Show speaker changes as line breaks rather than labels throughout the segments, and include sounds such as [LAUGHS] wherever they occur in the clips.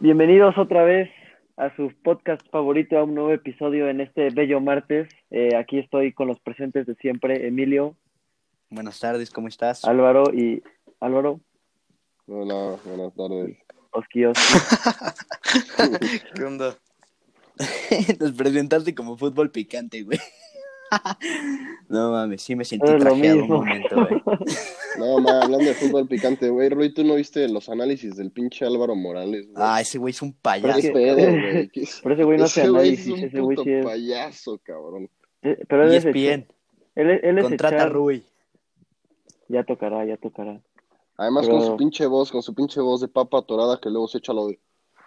Bienvenidos otra vez a su podcast favorito, a un nuevo episodio en este bello martes. Eh, aquí estoy con los presentes de siempre, Emilio,
Buenas tardes, ¿cómo estás?
Álvaro y Álvaro,
Hola, buenas tardes.
Oski, Oski.
¿Qué onda? [LAUGHS] Nos presentaste como fútbol picante, güey. [LAUGHS] No mames, sí me sentí
Es lo
trajeado un
mismo.
momento, güey.
No, ma, hablando de fútbol picante, güey, Rui, ¿tú no viste los análisis del pinche Álvaro Morales? güey?
Ah, ese güey es un
¿Qué
payaso.
es
pedo, güey? ¿Qué-
Pero ese güey no hace
Ese güey es
análisis,
un
ese güey
puto
sí es.
payaso, cabrón.
eh, Pero él
Y
es,
es
echar-
bien.
él, es- él es
Contrata a
echar-
Rui. [LAUGHS]
Ya tocará, ya tocará.
Además
Pero-
con su pinche voz, con su pinche voz de papa atorada que luego se echa lo de...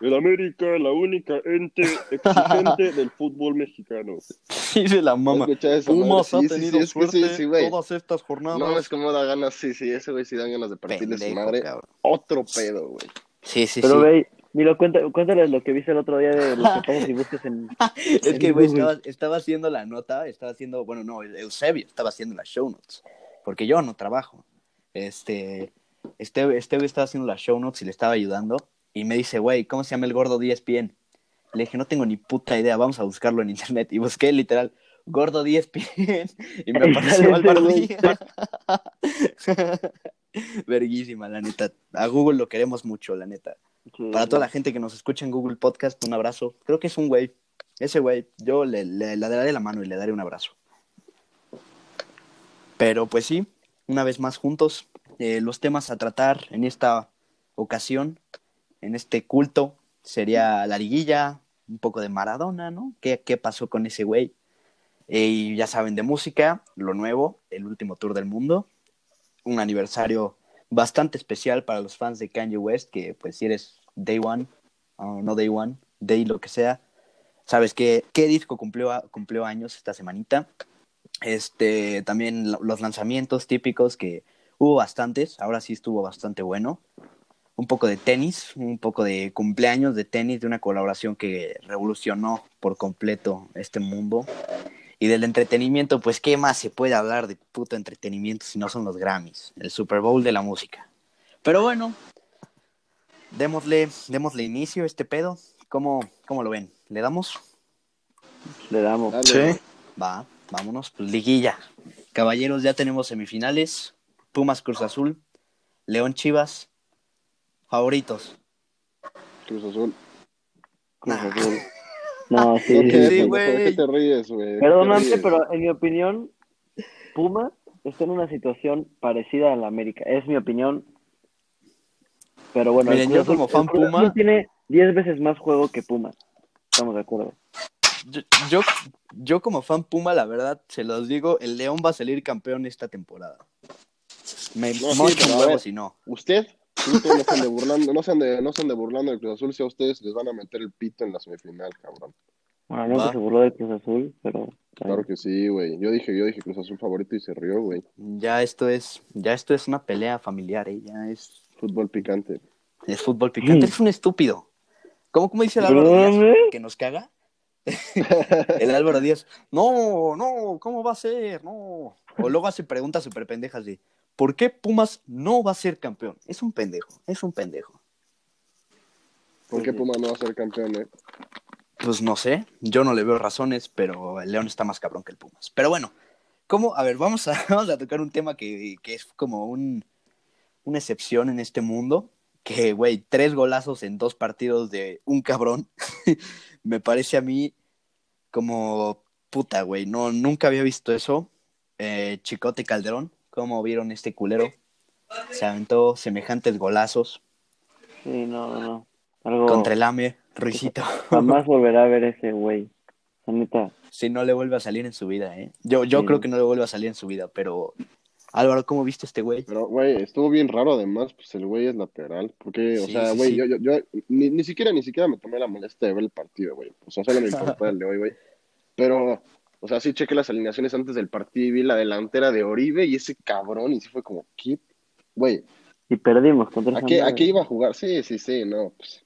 El América, la única ente exigente del fútbol mexicano.
Sí, se la mama.
¿Escuchas esa madre?
Pumas ha
Sí, sí, sí,
tenido
es que
suerte
sí, sí, güey.
todas estas jornadas.
No, es como da ganas, sí, sí, ese güey sí dan ganas de partirle su
Pendejo,
madre.
cabrón.
Otro pedo, güey.
Sí, sí,
Pero
sí.
ve, Milo, cuenta- cuéntales lo que viste el otro día de
[LAUGHS]
los que y busques en.
Es que, güey,
Google.
estaba, estaba haciendo la nota, estaba haciendo, bueno, no, Eusebio estaba haciendo las show notes, porque yo no trabajo. Este, este, este güey estaba haciendo las show notes y le estaba ayudando, y me dice, güey, ¿cómo se llama el gordo E de ESPN? Le dije, no tengo ni puta idea, vamos a buscarlo en internet, y busqué literal, gordo E de ESPN,
[LAUGHS]
y me apareció Álvaro
Güey.
[LAUGHS]
Díaz. [LAUGHS] Verguísima, la neta. A Google lo queremos mucho, la neta. Para toda la gente que nos escucha en Google Podcast, un abrazo. Creo que es un güey. Ese güey, yo le, le- le daré la mano y le daré un abrazo. Pero pues sí, una vez más juntos, eh, los temas a tratar en esta ocasión, en este culto, sería la liguilla, un poco de Maradona, ¿no? ¿Qué, qué pasó con ese güey? Eh, y ya saben, de música, lo nuevo, el último tour del mundo, un aniversario bastante especial para los fans de Kanye West, que pues si eres Day One, o no Day One, Day lo que sea, sabes que, qué disco cumplió, a- cumplió años esta semanita. Este, también lo- los lanzamientos típicos que hubo bastantes, ahora sí estuvo bastante bueno. Un poco de tenis, un poco de cumpleaños de tenis, de una colaboración que revolucionó por completo este mundo. Y del entretenimiento, pues, ¿qué más se puede hablar de puto entretenimiento si no son los Grammys? El Super Bowl de la música. Pero bueno, démosle, démosle inicio a este pedo. ¿Cómo, cómo lo ven? ¿Le damos?
Le damos.
Dale,
Sí.
Va, vámonos. pues, liguilla. Caballeros, ya tenemos semifinales. Pumas Cruz Azul. León Chivas. Favoritos.
Cruz Azul.
Cruz
[LAUGHS]
Azul. No, sí,
No,
sí,
¿qué-
sí.
¿Por
güey.
qué te ríes, güey?
Perdóname,
¿Qué te ríes?
pero en mi opinión, Puma está en una situación parecida a la América. Es mi opinión. Pero bueno, el
Miren,
Cruz
yo
Azul-
como fan
el Cruz Azul
Puma-
tiene 10 veces más juego que Puma. Estamos de acuerdo.
Yo, yo, yo como fan Puma, la verdad, se los digo, el León va a salir campeón esta temporada. Me
No, sí,
mochan
pero a ver.
huevos y no.
Usted, usted no se ande burlando, no se ande, no se ande burlando del Cruz Azul, si a ustedes les van a meter el pito en la semifinal, cabrón.
Bueno, no
Va.
que se burló del Cruz Azul, pero.
Claro que sí, güey. Yo dije, yo dije Cruz Azul favorito y se rió, güey.
Ya esto es, ya esto es una pelea familiar, ¿eh? ya es,
Fútbol picante.
es fútbol picante, eres un estúpido. ¿Cómo, cómo dice el Álvaro
Perdóname.
Díaz? ¿Que nos caga? [LAUGHS] el Álvaro Díaz, no, no, ¿cómo va a ser? No. O luego hace preguntas súper pendejas de, ¿por qué Pumas no va a ser campeón? Es un pendejo, es un pendejo.
¿Por qué Puma no va a ser campeón, eh?
Pues no sé, yo no le veo razones, pero el León está más cabrón que el Pumas. Pero bueno, ¿cómo? A ver, vamos a, [LAUGHS] vamos a tocar un tema que, que es como un, una excepción en este mundo. Que, güey, tres golazos en dos partidos de un cabrón, [LAUGHS] me parece a mí como puta, güey. No, nunca había visto eso. Eh, Chicote Calderón, ¿cómo vieron este culero? Se aventó semejantes golazos
Sí, no, no, no. Algo.
contra el AME, Ruicito.
Jamás volverá a ver ese güey. La neta.
Si no le vuelve a salir en su vida, ¿eh? Yo, yo
Sí.
creo que no le vuelve a salir en su vida, pero... Álvaro, ¿cómo viste este güey?
Pero, güey, estuvo bien raro además, pues el güey es lateral. Porque, o
Sí,
sea,
sí,
güey,
sí.
yo, yo, yo ni, ni siquiera, ni siquiera me tomé la molestia de ver el partido, güey. O sea, solo me importó el de hoy, güey. Pero, o sea, sí chequé las alineaciones antes del partido y vi la delantera de Oribe y ese cabrón, y sí fue como, ¿qué? Güey,
Y perdimos contra esa
¿A qué, a
madre.
qué iba a jugar? Sí, sí, sí, no. Pues,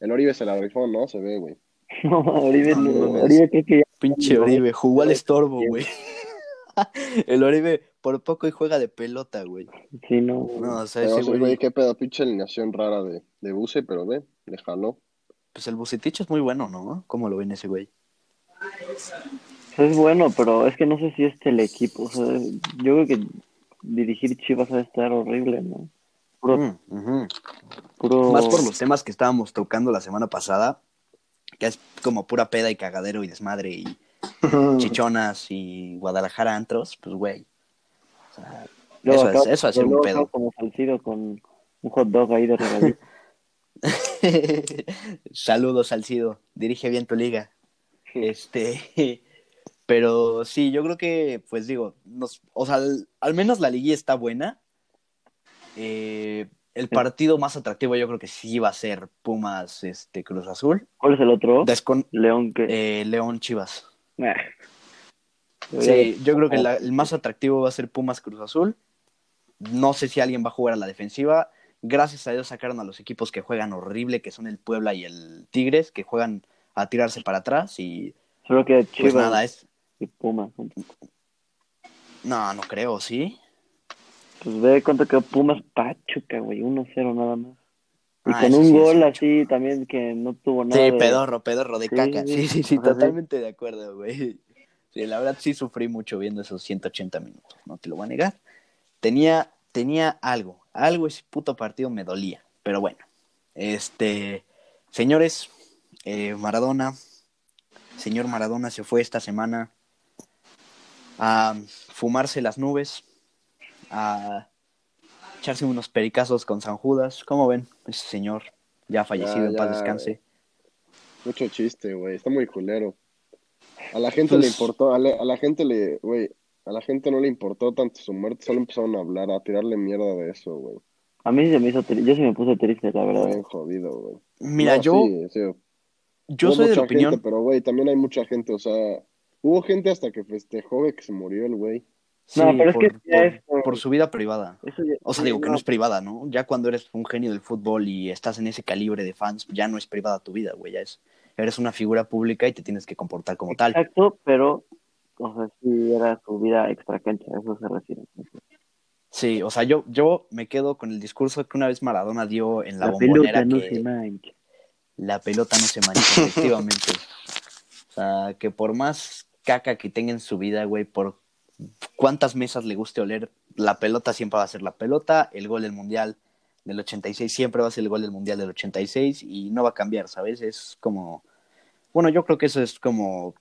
el Oribe se la rifó, ¿no? Se ve, güey.
[LAUGHS] No, Oribe,
No,
no,
no, no.
Oribe creo que ya.
Pinche Oribe, jugó al estorbo, güey. [LAUGHS] El Oribe por poco y juega de pelota, güey.
Sí, no.
No, o sea,
Pero,
ese
sí, güey,
güey...
qué pedo, pinche alineación rara de, de Buse, pero ve, le jaló.
Pues el Bucetich es muy bueno, ¿no? ¿Cómo lo ven ese güey?
Es bueno, pero es que no sé si es el equipo. O sea, yo creo que dirigir Chivas va a estar horrible, ¿no? Puro,
Mm, ujú.
puro-
Más por los temas que estábamos tocando la semana pasada, que es como pura peda y cagadero y desmadre y chichonas y Guadalajara antros, pues güey. O sea,
Luego
eso, es,
acabo-
eso es hacer un
luego
pedo.
acabo Como Salcido con un hot dog ahí de regalito.
[LAUGHS] Saludos, Salcido. Dirige bien tu liga. Este, [LAUGHS] pero sí, yo creo que, pues digo, nos, o sea, al, al menos la liguilla está buena. Eh, el partido más atractivo yo creo que sí va a ser Pumas, este, Cruz Azul.
¿Cuál es el otro?
Descon-
León que...
eh, León Chivas.
Nah.
Sí, Eh, yo creo que la- el más atractivo va a ser Pumas Cruz Azul. No sé si alguien va a jugar a la defensiva. Gracias a Dios sacaron a los equipos que juegan horrible, que son el Puebla y el Tigres, que juegan a tirarse para atrás y
Solo que
pues
Chivas
nada, es...
y Pumas.
No, no creo, ¿sí?
Pues ve cuánto quedó Pumas Pachuca, güey. 1-0 nada más. Y
Ah,
con
eso
un
sí es
gol
mucho.
así también que no tuvo
Sí,
nada. de-
pedorro, pedorro de
Sí,
caca. Sí, sí, sí,
o sea, sí.
totalmente de acuerdo, güey. Sí, la verdad sí sufrí mucho viendo esos 180 minutos, no te lo voy a negar. Tenía, tenía algo, algo ese puto partido me dolía, pero bueno. Este, señores, eh, Maradona, señor Maradona se fue esta semana a fumarse las nubes, a echarse unos pericazos con San Judas. ¿Cómo ven? Ese señor ya fallecido, en paz
ya,
descanse.
Mucho chiste, güey. Está muy culero. A la gente le
Pues-
importó, a la, a la gente le, güey, a la gente no le importó tanto su muerte, solo empezaron a hablar, a tirarle mierda de eso, güey.
A mí se me hizo triste. Yo sí me puse triste, la
Está
verdad.
bien jodido, güey.
Mira,
No,
yo,
sí, sí.
yo
Hubo
soy de
mucha
la opinión.
gente, pero, güey, también hay mucha gente, o sea, hubo gente hasta que festejó güey, que se murió el güey.
sí,
No, pero es
por,
que ya
por-
es por-
por su vida privada.
Eso ya-
O sea, digo que no
no,
es privada, ¿no? Ya cuando eres un genio del fútbol y estás en ese calibre de fans, ya no es privada tu vida, güey. Ya es. Eres una figura pública y te tienes que comportar como tal.
Exacto, pero, o sea, sí era su vida extra cancha, a eso se refiere.
Sí, o sea, yo, yo me quedo con el discurso que una vez Maradona dio en la,
La,
bombonera
pelota no
que
se mancha.
la pelota no se mancha, efectivamente. O sea, que por más caca que tenga en su vida, güey, por cuántas mesas le guste oler, la pelota siempre va a ser la pelota, el gol del mundial del 86 siempre va a ser el gol del mundial del 86 y no va a cambiar, ¿sabes? Es como, bueno, yo creo que eso es como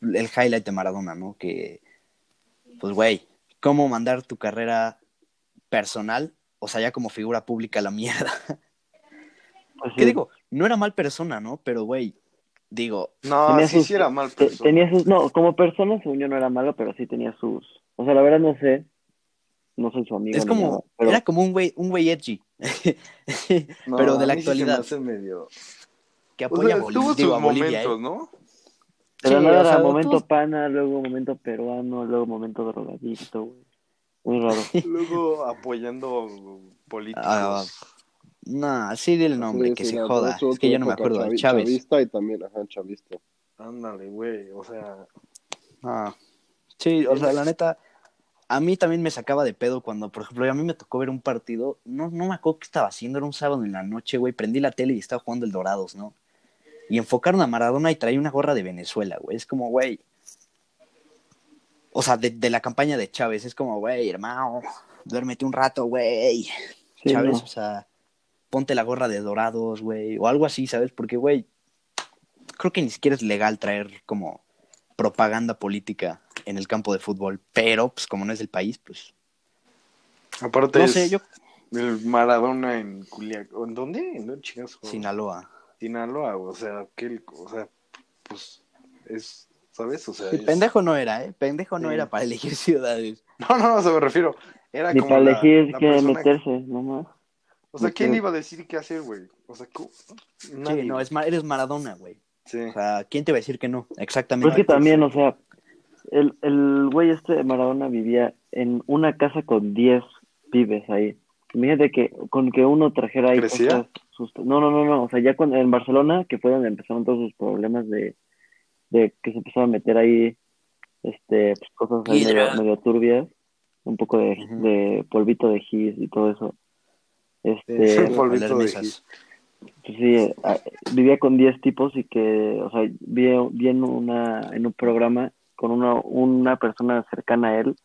el highlight de Maradona, ¿no? Que, pues, güey, cómo mandar tu carrera personal, o sea, ya como figura pública a la mierda.
Pues
¿Qué
sí,
digo? No era mal persona, ¿no? Pero, güey, digo,
No,
Tenía
sí,
sus-
sí era mal
te-
persona.
Tenía sus, no, como persona, según yo no era malo, pero sí tenía sus, o sea, la verdad no sé, no soy su amigo.
es
ni nada,
como,
pero
era como un güey, un güey edgy,
No,
pero de la
a mí sí se me
actualidad.
hace medio-
que
O
apoya
sea,
a, Boli-
tuvo
digo,
sus
a Bolivia. ¿eh?
momentos, ¿no?
[LAUGHS]
de la
Sí,
nada
o
era
sea,
momento
todos-
pana, luego momento peruano, luego momento drogadicto, güey. Muy
[LAUGHS]
raro.
Luego apoyando políticos.
Ah, No, sí, dile el nombre,
Sí,
que
sí,
se
la-
joda.
su-
Es que
su
yo no me
época
acuerdo.
chavi-
Chávez.
Chavista y también, ajá, chavista.
Ándale, güey. O sea,
Ah, Sí, o sea, la neta, a mí también me sacaba de pedo cuando, por ejemplo, a mí me tocó ver un partido, no, no me acuerdo qué estaba haciendo, era un sábado en la noche, güey, prendí la tele y estaba jugando el Dorados, ¿no? Y enfocaron a Maradona y traía una gorra de Venezuela, güey, es como, güey. O sea, de, de la campaña de Chávez, es como, güey, hermano, duérmete un rato, güey.
Sí,
Chávez,
no.
o sea, ponte la gorra de Dorados, güey, o algo así, ¿sabes? Porque, güey, creo que ni siquiera es legal traer como propaganda política en el campo de fútbol, pero pues como no es del país, pues
aparte
no
es
sé, yo
el Maradona en Culiacán. ¿En dónde? ¿En dónde chingas?
Sinaloa.
Sinaloa, o sea, que, o sea, pues es, ¿sabes? O sea,
Sí,
es-
pendejo no era, eh, pendejo no
Sí.
era para elegir ciudades.
[LAUGHS] No, no, o sea, me refiero. Era
Ni
como
para
la-
elegir
la
que
persona-
meterse, nomás.
O sea, ¿quién
meter-
iba a decir qué hacer, güey? O sea, ¿cómo?
Sí, no, es ma- eres Maradona, güey. [LAUGHS]
Sí. [LAUGHS]
O sea, ¿quién te va a decir que no?
Pero
Exactamente.
Pues es que también, o sea, el, el güey este de Maradona vivía en una casa con 10 pibes ahí. Imagínate que con que uno trajera ahí
¿Crecía?
cosas sust- No, no, no, no. O sea, ya cuando, en Barcelona, que fue donde empezaron todos sus problemas de, de que se empezaron a meter ahí este, pues, cosas ahí medio,
Piedra.
medio turbias, un poco de,
Ujú.
de polvito de gis y todo eso. Este,
Sí,
Oler
polvito de
Pues, mesas.
Pues sí, eh, ah, vivía con 10 tipos y que, o sea, vi, vi en, una, en un programa con una, una persona cercana a él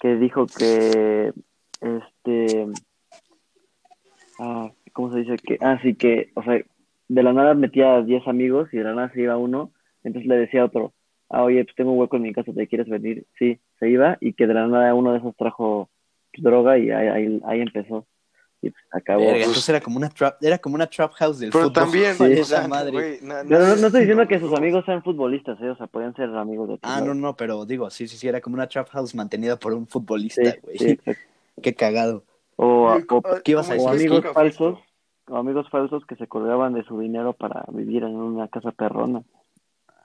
que dijo que, este, ah, ¿cómo se dice? Que, ah, sí, que, o sea, de la nada metía a 10 amigos y de la nada se iba uno, entonces le decía a otro, ah, oye, pues tengo un hueco en mi casa, ¿te quieres venir? Sí, se iba y que de la nada uno de esos trajo droga y ahí, ahí, ahí empezó. Y pues acabó.
Verga, entonces era como una trap, era como una trap house del
Pero
fútbol.
también,
[LAUGHS] Sí,
o
esa
[LAUGHS] sea,
madre.
güey, na-
No, no, no, no estoy diciendo que sus
no.
amigos sean futbolistas, ¿eh? o sea, podían ser amigos de
Este, Ah, no, no, pero digo, sí, sí, sí, era como una trap house mantenida por un
Sí,
futbolista, güey.
sí, exacto.
[LAUGHS] Qué cagado. [LAUGHS]
o,
Güey,
o-
¿qué ibas a
¿cómo es
decir?
que
Amigos
toca
falsos.
esto?
o amigos falsos que se colgaban de su dinero para vivir en una casa perrona.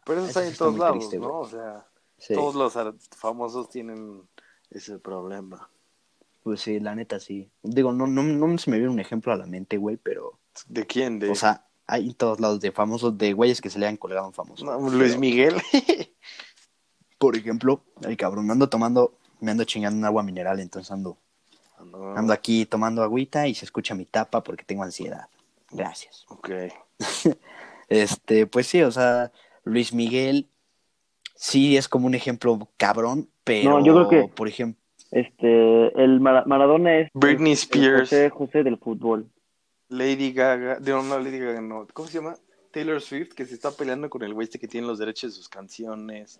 Pero eso
Eso
está
sí
en
está
todos
muy
lados,
triste,
¿no?
güey.
O sea,
Sí,
todos los ar- famosos tienen ese problema.
pues sí, la neta sí. Digo, no, no, no se me viene un ejemplo a la mente, güey, pero,
¿De quién? De
o sea, hay en todos lados de famosos, de güeyes que se le han colgado a un famoso.
No, Luis
Pero,
Miguel. [LAUGHS]
Por ejemplo, el cabrón, me ando tomando, me ando chingando un agua mineral, entonces ando,
Ah,
Ah.
No,
ando aquí tomando agüita y se escucha mi tapa porque tengo ansiedad. Gracias.
ok.
Este, pues sí, o sea, Luis Miguel sí es como un ejemplo cabrón, pero
No, yo creo que-
por ejemplo,
Este, el Mara- Maradona es el-
Britney
el
Spears,
José, José del fútbol.
Lady Gaga. No, no, Lady Gaga no. ¿Cómo se llama? Taylor Swift, que se está peleando con el güey este que tiene los derechos de sus canciones.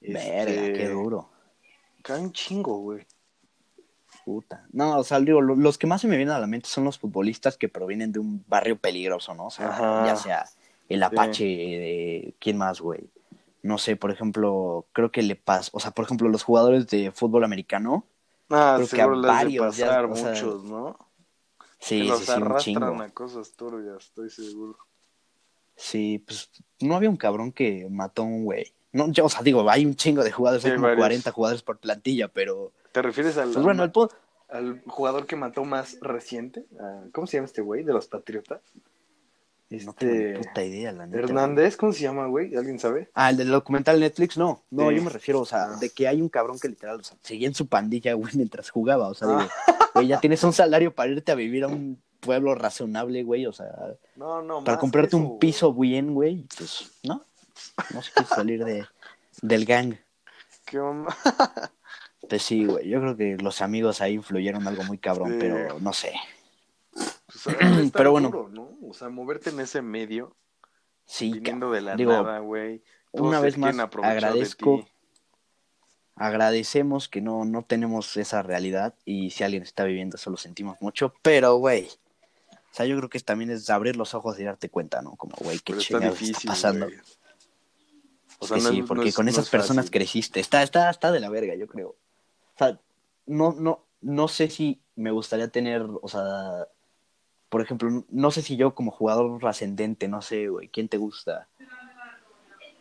verga,
Este,
qué duro,
Cae un chingo, güey.
puta. No, o sea, digo, lo- los que más se me vienen a la mente son los futbolistas que provienen de un barrio peligroso, ¿no? O sea,
Ajá.
ya sea el Apache, de- ¿quién más, güey? No sé, por ejemplo, creo que le pasa, o sea, por ejemplo, los jugadores de fútbol americano,
Ah,
Creo que
seguro
a
las de
varios ya,
pasar
o sea,
muchos, ¿no?
sí,
que
sí,
los
sí, un
arrastran
chingo.
a cosas turbias, estoy seguro.
Sí, pues no había un cabrón que mató a un güey. No, yo, o sea, digo, hay un chingo de jugadores,
Sí,
hay
hay
como
varios.
40 jugadores por plantilla, pero.
¿Te refieres al,
Pues bueno, el punto.
al jugador que mató más reciente? Ah, ¿Cómo se llama este güey? De los Patriotas.
No tengo ni
Este,
puta idea, la neta.
Hernández, ¿cómo se llama, güey? ¿Alguien sabe?
Ah, el del documental Netflix, no. No,
Sí.
yo me refiero, o sea,
Ah.
de que hay un cabrón que literal, o sea, seguía en su pandilla, güey, [LAUGHS] mientras jugaba. O sea,
Ah.
digo, güey, ya tienes un salario para irte a vivir a un pueblo razonable, güey, o sea,
No, no,
para
más
comprarte
eso,
un
güey.
piso bien, güey, pues, no. No se quiso salir de, del gang.
Qué mamá.
Pues sí, güey. Yo creo que los amigos ahí influyeron algo muy cabrón,
Sí.
pero no sé.
[LAUGHS]
[CLEARS THROAT]
Pues, ha de estar
Pero bueno.
duro, ¿no? O sea, moverte en ese medio,
Sí,
viniendo de la
Digo,
nada, güey. Todos
una
se
vez más
quieren aprovechar de
agradezco,
ti.
agradecemos que no, no tenemos esa realidad y si alguien está viviendo eso lo sentimos mucho, pero güey. O sea, yo creo que también es abrir los ojos y darte cuenta, ¿no? Como, güey, qué
Pero está
chingados está
difícil,
pasando.
güey. O
Es
sea,
que
no
sí,
es- no
porque
es-
con
no
esas
es
personas
fácil.
creciste. Está, está, está de la verga, yo creo. O sea, no, no, no sé si me gustaría tener, o sea, por ejemplo, no sé si yo como jugador ascendente, no sé, güey, ¿quién te gusta?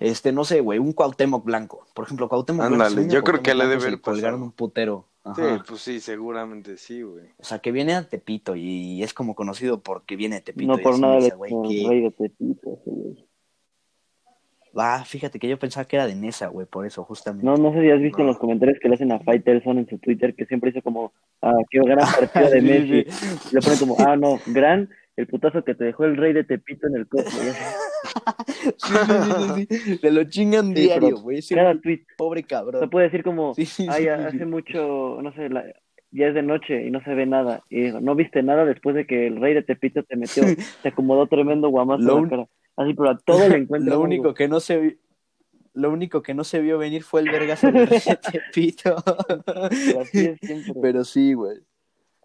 Este, no sé, güey, un Cuauhtémoc Blanco. Por ejemplo, Cuauhtémoc Blanco.
Ándale,
según
yo
a
creo que
Cuauhtémoc
le ha de
Blanco se
haber
colgaron
pasado.
un putero. Ajá.
Sí, pues sí, seguramente sí, güey.
O sea, que viene a Tepito y es como conocido porque viene a Tepito.
No
y
por
así
nada
me
le
dice, güey,
dicen
que-
rey de Tepito. ese güey.
Ah, fíjate que yo pensaba que era de Nesa, güey, por eso, justamente.
No, no sé si has visto
No.
en los comentarios que le hacen a Faitelson en su Twitter, que siempre hizo como, ah, qué
[LAUGHS]
gran partido de
[LAUGHS] Sí,
Messi.
sí.
Y le ponen como, ah, no, gran, el putazo que te dejó el rey de Tepito en el coche.
[LAUGHS] Sí, sí, sí, sí, sí. Se lo chingan
Sí,
diario,
pero
güey. Ese
Cada tweet.
pobre
O sea,
cabrón.
puede decir como,
Sí, sí,
ay,
sí,
Ah,
[LAUGHS]
hace
sí.
mucho, no sé, la- ya es de noche y no se ve nada. Y digo, no viste nada después de que el rey de Tepito te metió, te acomodó tremendo guamazo
Lo
en
un-
la cara. Así, pero a todo le encuentran
[LAUGHS] Lo
algo.
único que no se vi- Lo único que no se vio venir fue el
[LAUGHS]
vergazo de Tepito.
Pero así es siempre.
[LAUGHS] Pero sí, güey.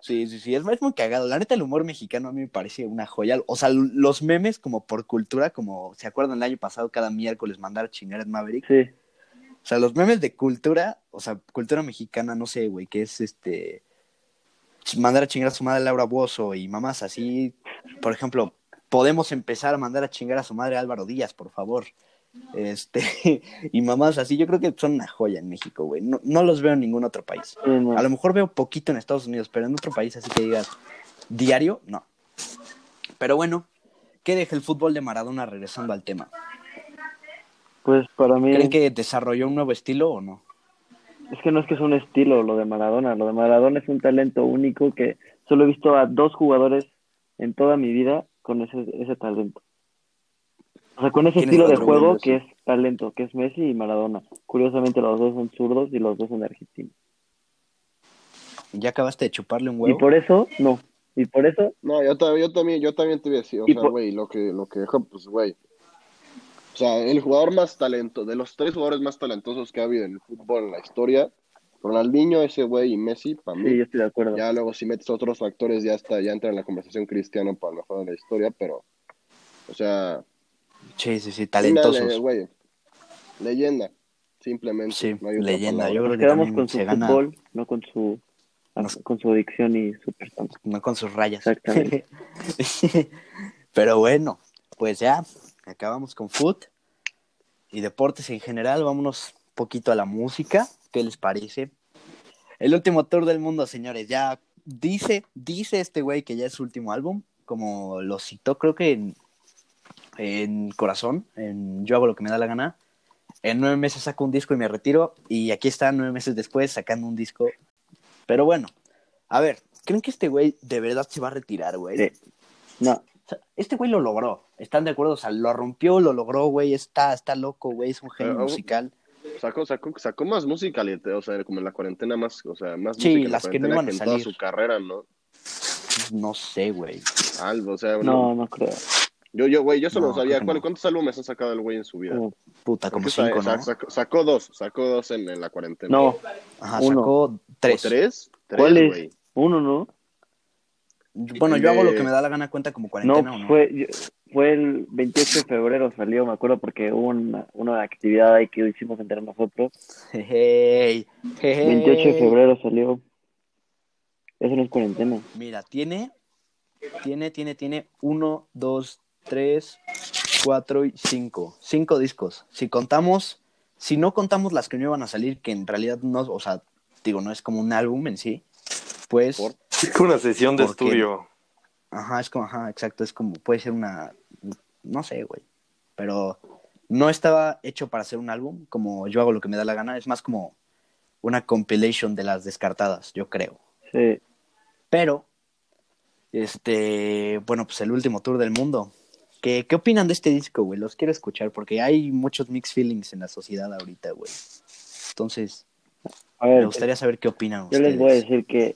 Sí, sí, sí, es, es muy cagado. La neta, el humor mexicano a mí me parece una joya. O sea, l- los memes como por cultura, como se acuerdan el año pasado, cada miércoles mandar a chingar a Maverick.
Sí,
O sea, los memes de cultura, o sea, cultura mexicana, no sé, güey, que es este. ch- Mandar a chingar a su madre a Laura Bozo y mamás así. Por ejemplo, podemos empezar a mandar a chingar a su madre a Álvaro Díaz, por favor. Este, [LAUGHS] y mamás así, yo creo que son una joya en México, güey. No, no los veo en ningún otro país.
sí, no.
A lo mejor veo poquito en Estados Unidos, pero en otro país así que digas, diario, no. Pero bueno, ¿qué deja el fútbol de Maradona regresando al tema?
Pues para mí
¿Creen que desarrolló un nuevo estilo o no?
es que no es que es un estilo lo de Maradona. Lo de Maradona es un talento único que solo he visto a dos jugadores en toda mi vida con ese, ese talento. O sea, con ese
¿Quién es
estilo
el
de
otro
juego
bueno, sí?
que es talento, que es Messi y Maradona. Curiosamente, los dos son zurdos y los dos son argentinos.
Ya acabaste de chuparle un
Y
huevo.
por eso, no. Y por eso,
No, yo, ta- yo también, yo también te voy a decir, o
Y
sea,
por-
güey, lo que, lo que dejó, pues, güey. O sea, el jugador más talento, de los tres jugadores más talentosos que ha habido en el fútbol en la historia, Ronaldinho, ese güey y Messi, para mí.
sí, yo estoy de acuerdo.
Ya luego si metes otros factores ya está, ya entra en la conversación cristiano para lo mejor de la historia, pero o sea,
Sí, sí, sí,
una le-
talentosos.
güey, leyenda, simplemente.
Sí,
no hay otra
leyenda.
palabra.
Yo creo
Nos
que
quedamos
también
con su
se gana
fútbol, no con su
Nos-
con su adicción y su persona.
no con sus rayas.
Exactamente.
[LAUGHS] Pero bueno, pues ya acabamos con foot y deportes en general. Vámonos un poquito a la música. ¿Qué les parece? El último tour del mundo, señores. Ya dice, dice este güey que ya es su último álbum. Como lo citó, creo que en, en Corazón, en Yo hago lo que me da la gana. En nueve meses saco un disco y me retiro. Y aquí está, nueve meses después, sacando un disco. Pero bueno, a ver, ¿creen que este güey de verdad se va a retirar, güey?
Sí. No,
O sea, este güey lo logró. ¿Están de acuerdo? O sea, lo rompió, lo logró, güey. Está, está loco, güey. Es un genio
uh,
Pero-
musical.
Sacó, sacó, sacó más música, lit- o sea, como en la cuarentena más, o sea, más
Sí,
música en la
las que no
cuarentena
iban a
en toda
salir.
su carrera, ¿no?
Pues No sé, güey.
Algo, o sea,
no,
bueno,
no creo.
yo, yo, güey, yo solo
No,
sabía
creo que
¿cuál-
no.
cuántos álbumes ha sacado el güey en su vida.
Como-
Puta, como
Porque sa-
cinco, ¿no?
sa- sacó, sacó dos, sacó dos en, en la cuarentena. ¿O
No,
Ajá,
uno.
sacó tres.
tres?
¿Cuál
Tres,
es?
güey.
uno, ¿no?
Bueno, yo hago lo que me da la gana cuenta como
Eh, No,
cuarentena, ¿o no?
fue, yo- fue el 28 de febrero salió, me acuerdo, porque hubo una, una actividad ahí que hicimos entre nosotros.
Hey, hey.
28 de febrero salió. Eso no es cuarentena.
Mira, tiene, tiene, tiene, tiene uno, dos, tres, cuatro y cinco. Cinco discos. Si contamos, si no contamos las que no iban a salir, que en realidad no, o sea, digo, no es como un álbum en sí, pues,
Por-
Es como [LAUGHS] una sesión de
¿Por qué?
estudio.
ajá, es como, ajá, exacto, es como, puede ser una, no sé, güey, pero no estaba hecho para ser un álbum, como yo hago lo que me da la gana, es más como una compilation de las descartadas, yo creo.
Sí,
Pero, este, bueno, pues el último tour del mundo. ¿Qué, qué opinan de este disco, güey? Los quiero escuchar porque hay muchos mixed feelings en la sociedad ahorita, güey. Entonces,
a
me
ver,
gustaría saber qué opinan
yo
ustedes.
les voy a decir que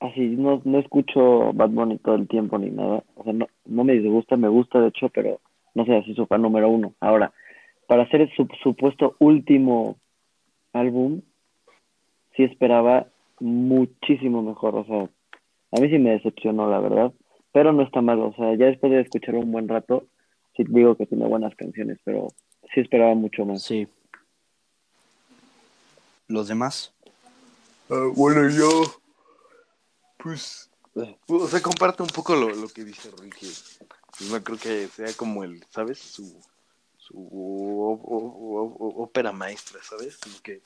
así no, no escucho Bad Bunny todo el tiempo ni nada. O sea, no, no me disgusta, me gusta de hecho, pero no sé, así su fan número uno. Ahora, para hacer su supuesto último álbum, sí esperaba muchísimo mejor. O sea, a mí sí me decepcionó, la verdad. Pero no está mal. O sea, ya después de escucharlo un buen rato, sí digo que tiene buenas canciones, pero sí esperaba mucho más.
Sí. Los demás.
Ah, bueno, yo. Pues. O sea, comparte un poco lo, lo que dice Ricky. Pues no creo que sea como el, ¿sabes? Su, su o- o- o- o- ópera maestra, ¿sabes? Como que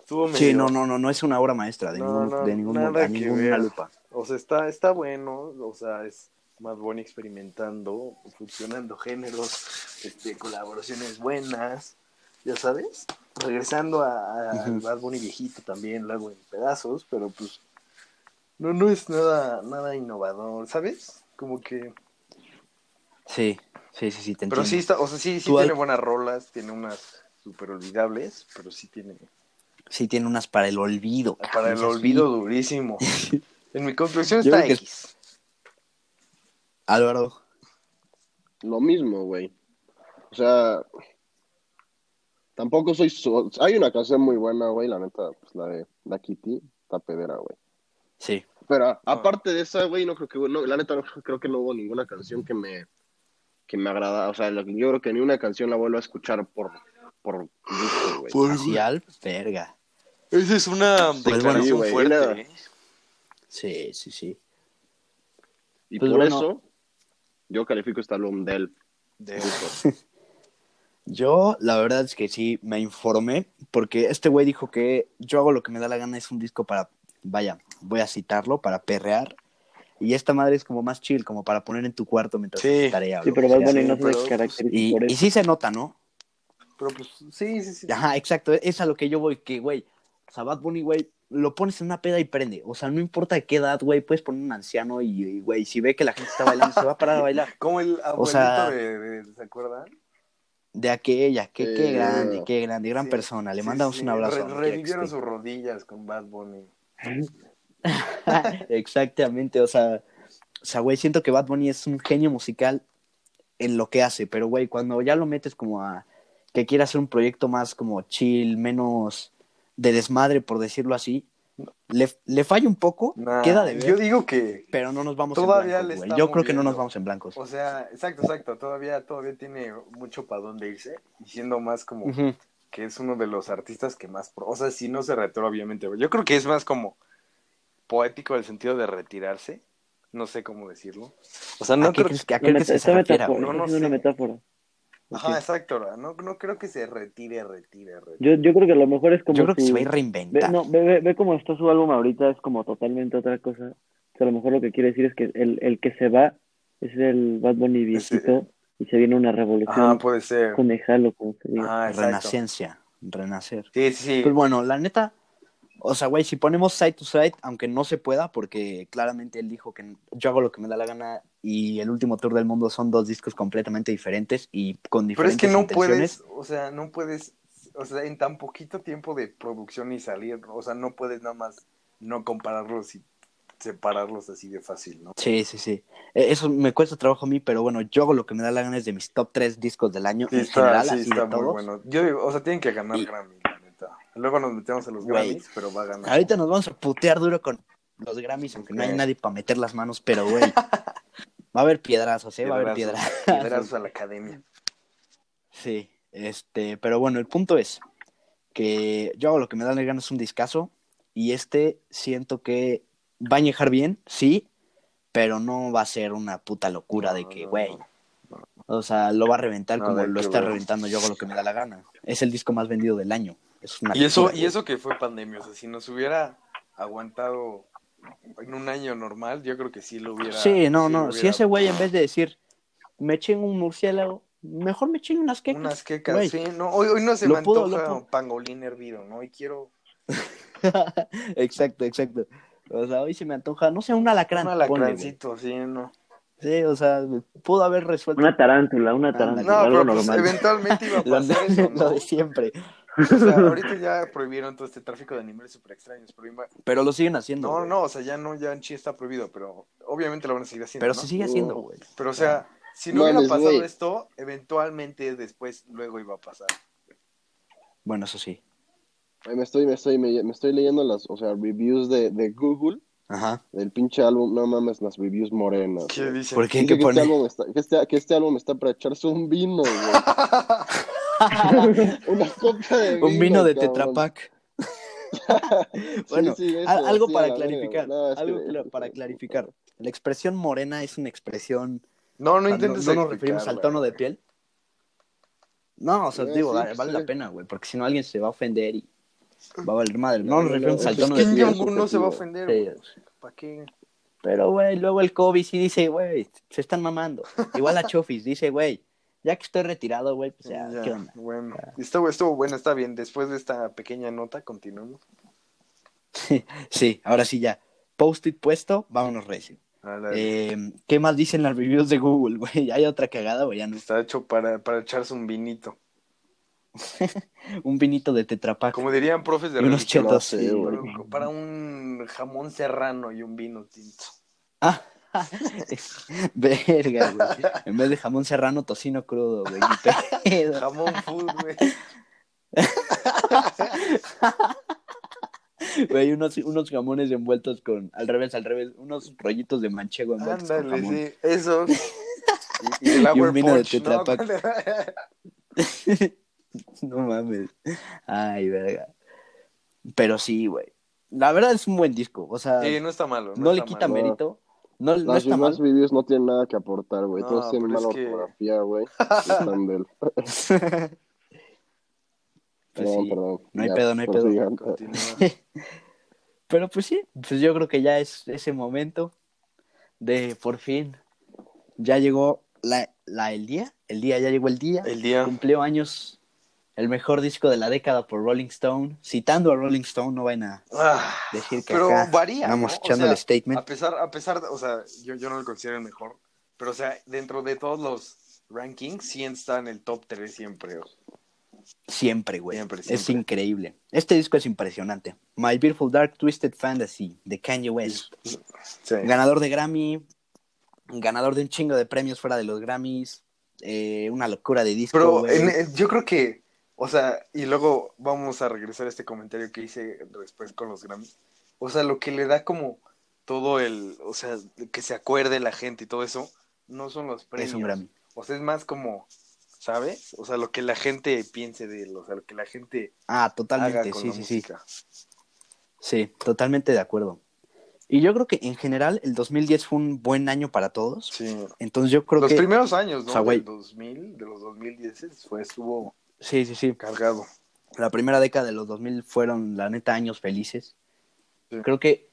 estuvo medio...
Sí, no, no, no, no es una obra maestra de,
No,
ningún,
no,
de ningún,
nada
a
que
ninguna
ver.
lupa.
O sea, está, está bueno, o sea, es más bueno experimentando, fusionando géneros, este, colaboraciones buenas, ya sabes, regresando a, a- al
Ujú.
Bad Bunny viejito también, lo hago en pedazos, pero pues no, no es nada, nada innovador, ¿sabes? Como que...
Sí, sí, sí, sí, te
Pero
entiendo.
sí está, o sea, sí, sí
Tú,
tiene
Al-
buenas rolas, tiene unas súper olvidables, pero sí tiene...
Sí tiene unas para el olvido.
Para
cabrón,
el
esas
olvido
sí. [LAUGHS]
durísimo. En mi conclusión
Yo
está
creo que-
X.
Álvaro.
lo mismo, güey. O sea, tampoco soy. so- Hay una canción muy buena, güey, la neta, pues la de La Kitty, está pedera, güey.
Sí.
Pero a- aparte de esa, güey, no creo que. No, la neta, no, creo que no hubo ninguna canción que me. que me agrada. O sea, lo- yo creo que ni una canción la vuelvo a escuchar por. por gusto, güey.
Así al verga.
Esa es una
Pues, bueno,
declaración
güey,
fuerte.
era-
¿eh?
Sí, sí, sí.
Y
pues
por
bueno.
eso, yo califico este álbum del.
De-
Yo, la verdad es que sí, me informé, porque este güey dijo que yo hago lo que me da la gana, es un disco para, vaya, voy a citarlo, para perrear. Y esta madre es como más chill, como para poner en tu cuarto mientras
Sí.
haces tarea. o
Sí,
lo
pero
que
Bad
sea.
Bunny no
pero,
se caracteriza
y,
por
y
eso.
sí se nota, ¿no?
Pero pues, sí, sí, sí.
Ajá, exacto, es a lo que yo voy, que, güey, o sea, Bad Bunny, güey, lo pones en una peda y prende. O sea, no importa de qué edad, güey, puedes poner un anciano y, y, güey, si ve que la gente está bailando, se va a parar a bailar.
Como el abuelito
sea-
de, de- ¿Se acuerdan?
De aquella, qué, qué
[LAUGHS]
Eh,
grande, qué grande, gran
Sí,
persona. Le
sí,
mandamos
sí,
un abrazo.
re-
donde quiera que
revivieron
esté.
sus rodillas con Bad Bunny.
Exactamente, o sea, o sea, güey, siento que Bad Bunny es un genio musical en lo que hace, pero güey, cuando ya lo metes como a que quiera hacer un proyecto más como chill, menos de desmadre, por decirlo así, le, le falla un poco,
Nah,
queda de ver,
Yo digo que,
pero no nos vamos
Todavía
en
le
blanco, güey.
está
Yo creo que no
moviendo.
nos vamos en blancos.
o sea, exacto, exacto, todavía, todavía tiene mucho para dónde irse y siendo más como
Ujú.
que es uno de los artistas que más, pro- o sea, si no se retiró obviamente, güey. yo creo que es más como poético el sentido de retirarse, no sé cómo decirlo. O sea, Ah, no
¿A qué
creo
crees que- a qué
Una
crees
meta-
que se
está
refiera,
metáfora,
güey? No,
está
no
haciendo una
sé.
metáfora.
Ajá,
Ok.
exacto, ¿verdad? no, no creo que se retire, retire, retire.
Yo, yo creo que a lo mejor es como
Yo creo que
su-
se va a ir
Ve,
reinventar.
no, ve, ve, ve cómo está su álbum ahorita, es como totalmente otra cosa. O sea, a lo mejor lo que quiere decir es que el, el que se va es el Bad Bunny viejito y se viene una revolución
Ajá,
Ah,
puede ser.
con Exhalo, como se diga.
Ajá, ah, exacto.
Renacencia, renacer.
Sí, sí,
Pues bueno, la neta, o sea, güey, si ponemos side to side, aunque no se pueda, porque claramente él dijo que yo hago lo que me da la gana y el último tour del mundo son dos discos completamente diferentes y con
Pero es
diferentes
que no
intenciones.
puedes, o sea, no puedes, o sea, en tan poquito tiempo de producción y salir, o sea, no puedes nada más no compararlos y separarlos así de fácil, ¿no?
Sí, sí, sí. Eh, Eso me cuesta trabajo a mí, pero bueno, yo hago lo que me da la gana es de mis top tres discos del año en general, así de todos.
Yo digo, o sea, tienen que ganar
Y-
Grammy, la neta. Luego nos metemos a los
Güey.
Grammys, pero va a ganar.
Ahorita nos vamos a putear duro con los Grammys, aunque no hay
Ok.
nadie para meter las manos, pero güey,
[LAUGHS]
va a haber piedrazos, ¿eh? Va a haber piedrazos.
Piedrazos, piedrazos a la academia.
Sí, este, pero bueno, el punto es que yo hago lo que me da la gana es un discazo y este siento que va a añejar bien, sí, pero no va a ser una puta locura de
No,
que,
no,
güey,
no.
o sea, lo va a reventar
No,
como
de
lo
que
está
ver.
reventando yo hago lo que me da la gana. Es el disco más vendido del año. Es una
Y eso,
locura,
y
güey.
eso que fue pandemia, o sea, si nos hubiera aguantado en un año normal, yo creo que sí lo hubiera.
Sí, no,
sí
no,
lo
si
hubiera-
ese güey en vez de decir me chingo un murciélago, mejor me chingo unas quecas.
Unas quecas,
güey.
sí. No, hoy, hoy no se
Lo
me
pudo,
antoja
lo pudo.
un pangolín hervido, ¿no? Y quiero
[LAUGHS] exacto, exacto. O sea, hoy se me antoja, no sé, un alacrán.
un
ponle, güey.
alacrancito, sí, ¿no?
Sí, o sea, pudo haber resuelto
Una tarántula, una
Ah,
tarántula,
No,
algo
pero pues,
normal.
[LAUGHS]
eventualmente iba a
lo,
pasar eso, ¿no?
lo de siempre.
O sea, ahorita ya prohibieron todo este tráfico de animales super extraños, pero ima-
Pero lo siguen haciendo.
no,
güey.
no, o sea, ya no, ya en sí está prohibido, pero obviamente lo van a seguir haciendo,
Pero
¿no?
se sigue haciendo, güey.
Pero, o sea, si no
Mames,
hubiera pasado
güey.
esto, eventualmente después, luego iba a pasar.
Bueno, eso sí.
Ay, Me estoy, me estoy, me, me estoy leyendo las, o sea, reviews de, de Google
Ajá.
del pinche álbum. No mames, las reviews morenas.
¿Qué
güey.
dicen?
¿Por qué?
Dice
¿Qué
que, este
pone?
álbum está, que, este, que este álbum está para echarse un
[LAUGHS]
vino, güey. Una copa de vino.
Un vino de
cabrón.
Tetrapac.
[LAUGHS] Sí,
Bueno,
sí, eso,
al- algo
sí, a
para
la verga, güey.
clarificar.
No, es
algo
que-
cla- para clarificar. La expresión morena es una expresión.
No,
o
no
sea, No,
intentes
no nos
explicar,
referimos al
güey.
tono de piel. No, o sea,
Sí,
digo,
sí,
vale, vale
sí.
la pena, güey, porque si no alguien se va a ofender y va a valer madre. No
No,
nos
no,
referimos
no,
al
pues,
tono de
¿Quién
piel.
es
alguno se va a
subjetivo.
ofender?
Sí,
güey? ¿Para qué?
Pero, güey, luego el Kobe sí dice, güey, se están mamando. Igual
[LAUGHS]
la Chofis dice, güey, ya que estoy retirado, güey, pues ya,
Ya,
¿qué onda?
Bueno, estuvo, estuvo bueno, está bien. Después de esta pequeña nota, continuamos.
Sí, ahora sí ya. Post-it puesto, vámonos recio.
A la-
Eh, ¿Qué más dicen las reviews de Google, güey? [LAUGHS] Hay otra cagada, güey, ya no.
Está hecho para, para echarse un vinito.
Un vinito de tetrapac.
Como dirían profes de
Y unos
religión,
chetos. eh,
no sé, güey.
pero para un jamón serrano y un
[LAUGHS]
vino tinto.
Ah, [LAUGHS] verga, güey. En vez de jamón serrano, tocino crudo, güey.
[LAUGHS]
Qué pedo.
Jamón food, güey.
Güey, unos, unos jamones envueltos con, al revés, al revés, unos rollitos de manchego envueltos con
Ándale,
jamón.
sí, eso. Y, y el
Y un
agua
vino de
punch, ¿no?
Tetra [LAUGHS] No mames. Ay, verga. Pero sí, güey. La verdad es un buen disco. O sea,
[LAUGHS] Sí,
no,
no está malo. No,
le
está
quita
malo.
malo.
mérito. No, no
Las
está mal.
demás reviews no tienen nada que aportar, güey.
No,
Todos tienen
pero es
mala
que-
ortografía,
[LAUGHS]
güey. Y Están del...
Pues
Perdón,
sí.
perdón.
No hay
Ya,
pedo, no hay pedo.
prosigan.
Continúa.
[LAUGHS] Pero pues sí, pues yo creo que ya es ese momento de por fin. Ya llegó la, la- el día. El día, ya llegó el día. [LAUGHS]
El día.
Cumplió años el mejor disco de la década por Rolling Stone. Citando a Rolling Stone, no vayan a
Ah,
decir que
Pero
acá
varía.
vamos
¿no? O
echando
sea,
el statement.
A pesar, a pesar, de- o sea, yo, yo no lo considero el mejor, pero o sea, dentro de todos los rankings, 100 está en el top 3 siempre. o-
Siempre, güey.
Siempre,
Es
siempre.
increíble. Este disco es impresionante. My Beautiful Dark Twisted Fantasy de Kanye
Este
West. Ganador de Grammy, ganador de un chingo de premios fuera de los Grammys. eh, una locura de disco.
Pero
güey.
en- en- yo creo que, o sea, y luego vamos a regresar a este comentario que hice después con los Grammy. O sea, lo que le da como todo el, o sea, que se acuerde la gente y todo eso, no son los premios.
es un Grammy.
O sea, es más como, ¿sabes? O sea, lo que la gente piense de él, o sea, lo que la gente
Ah,
haga
totalmente,
con
sí,
la
sí, sí.
música.
Sí, totalmente de acuerdo. Y yo creo que en general el 2010 fue un buen año para todos.
Sí.
Entonces yo creo
los
que...
primeros años, ¿no?
o sea, güey.
Del 2000, de los 2010, fue, estuvo
Sí, sí, sí.
cargado.
la primera década de los 2000 fueron, la neta, años felices.
Sí.
Creo que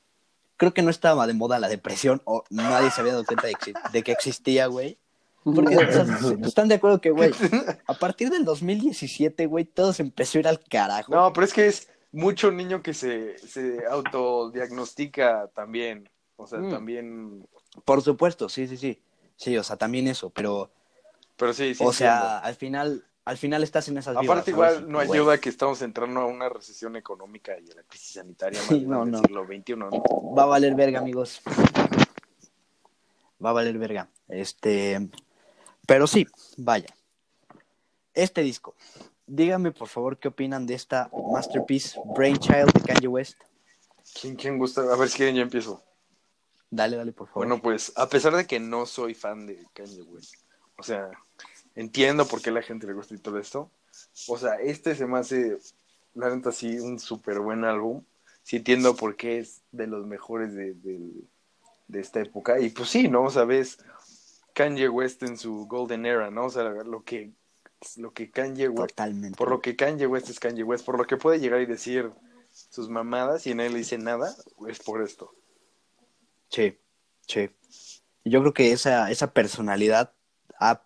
creo que no estaba de moda la depresión o nadie se había dado cuenta de, que- de que existía, güey. Porque o sea, están de acuerdo que, güey, a partir del 2017, güey, todo se empezó a ir al carajo.
No, pero es que es mucho niño que se, se autodiagnostica también. O sea,
Mm.
también.
Por supuesto, sí, sí, sí. Sí, o sea, también eso, pero
Pero sí, sí.
o sea, al final al final estás en esas
entiendo.
vibras,
aparte,
¿sabes?
igual no
Güey,
ayuda que estamos entrando a una recesión económica y a la crisis sanitaria más
Sí,
grande
no,
del
no.
siglo XXI. ¿no?
Va a valer verga, amigos. Va a valer verga. Este. Pero sí, vaya. Este disco. Díganme, por favor, qué opinan de esta masterpiece Brainchild de Kanye West.
¿Quién, quién gusta? A ver si quieren, yo empiezo.
Dale, dale, por favor.
Bueno, pues, a pesar de que no soy fan de Kanye West, o sea, entiendo por qué la gente le gusta y todo esto. O sea, este se me hace, la neta, sí, un súper buen álbum. Sí entiendo por qué es de los mejores de, del- de esta época. Y pues sí, ¿no? O sea, ves Kanye West en su golden era, ¿no? O sea, lo que, lo que Kanye West
Totalmente.
por lo que Kanye West es Kanye West, por lo que puede llegar y decir sus mamadas y nadie le dice nada, es por esto.
Sí, sí. Yo creo que esa, esa personalidad ha-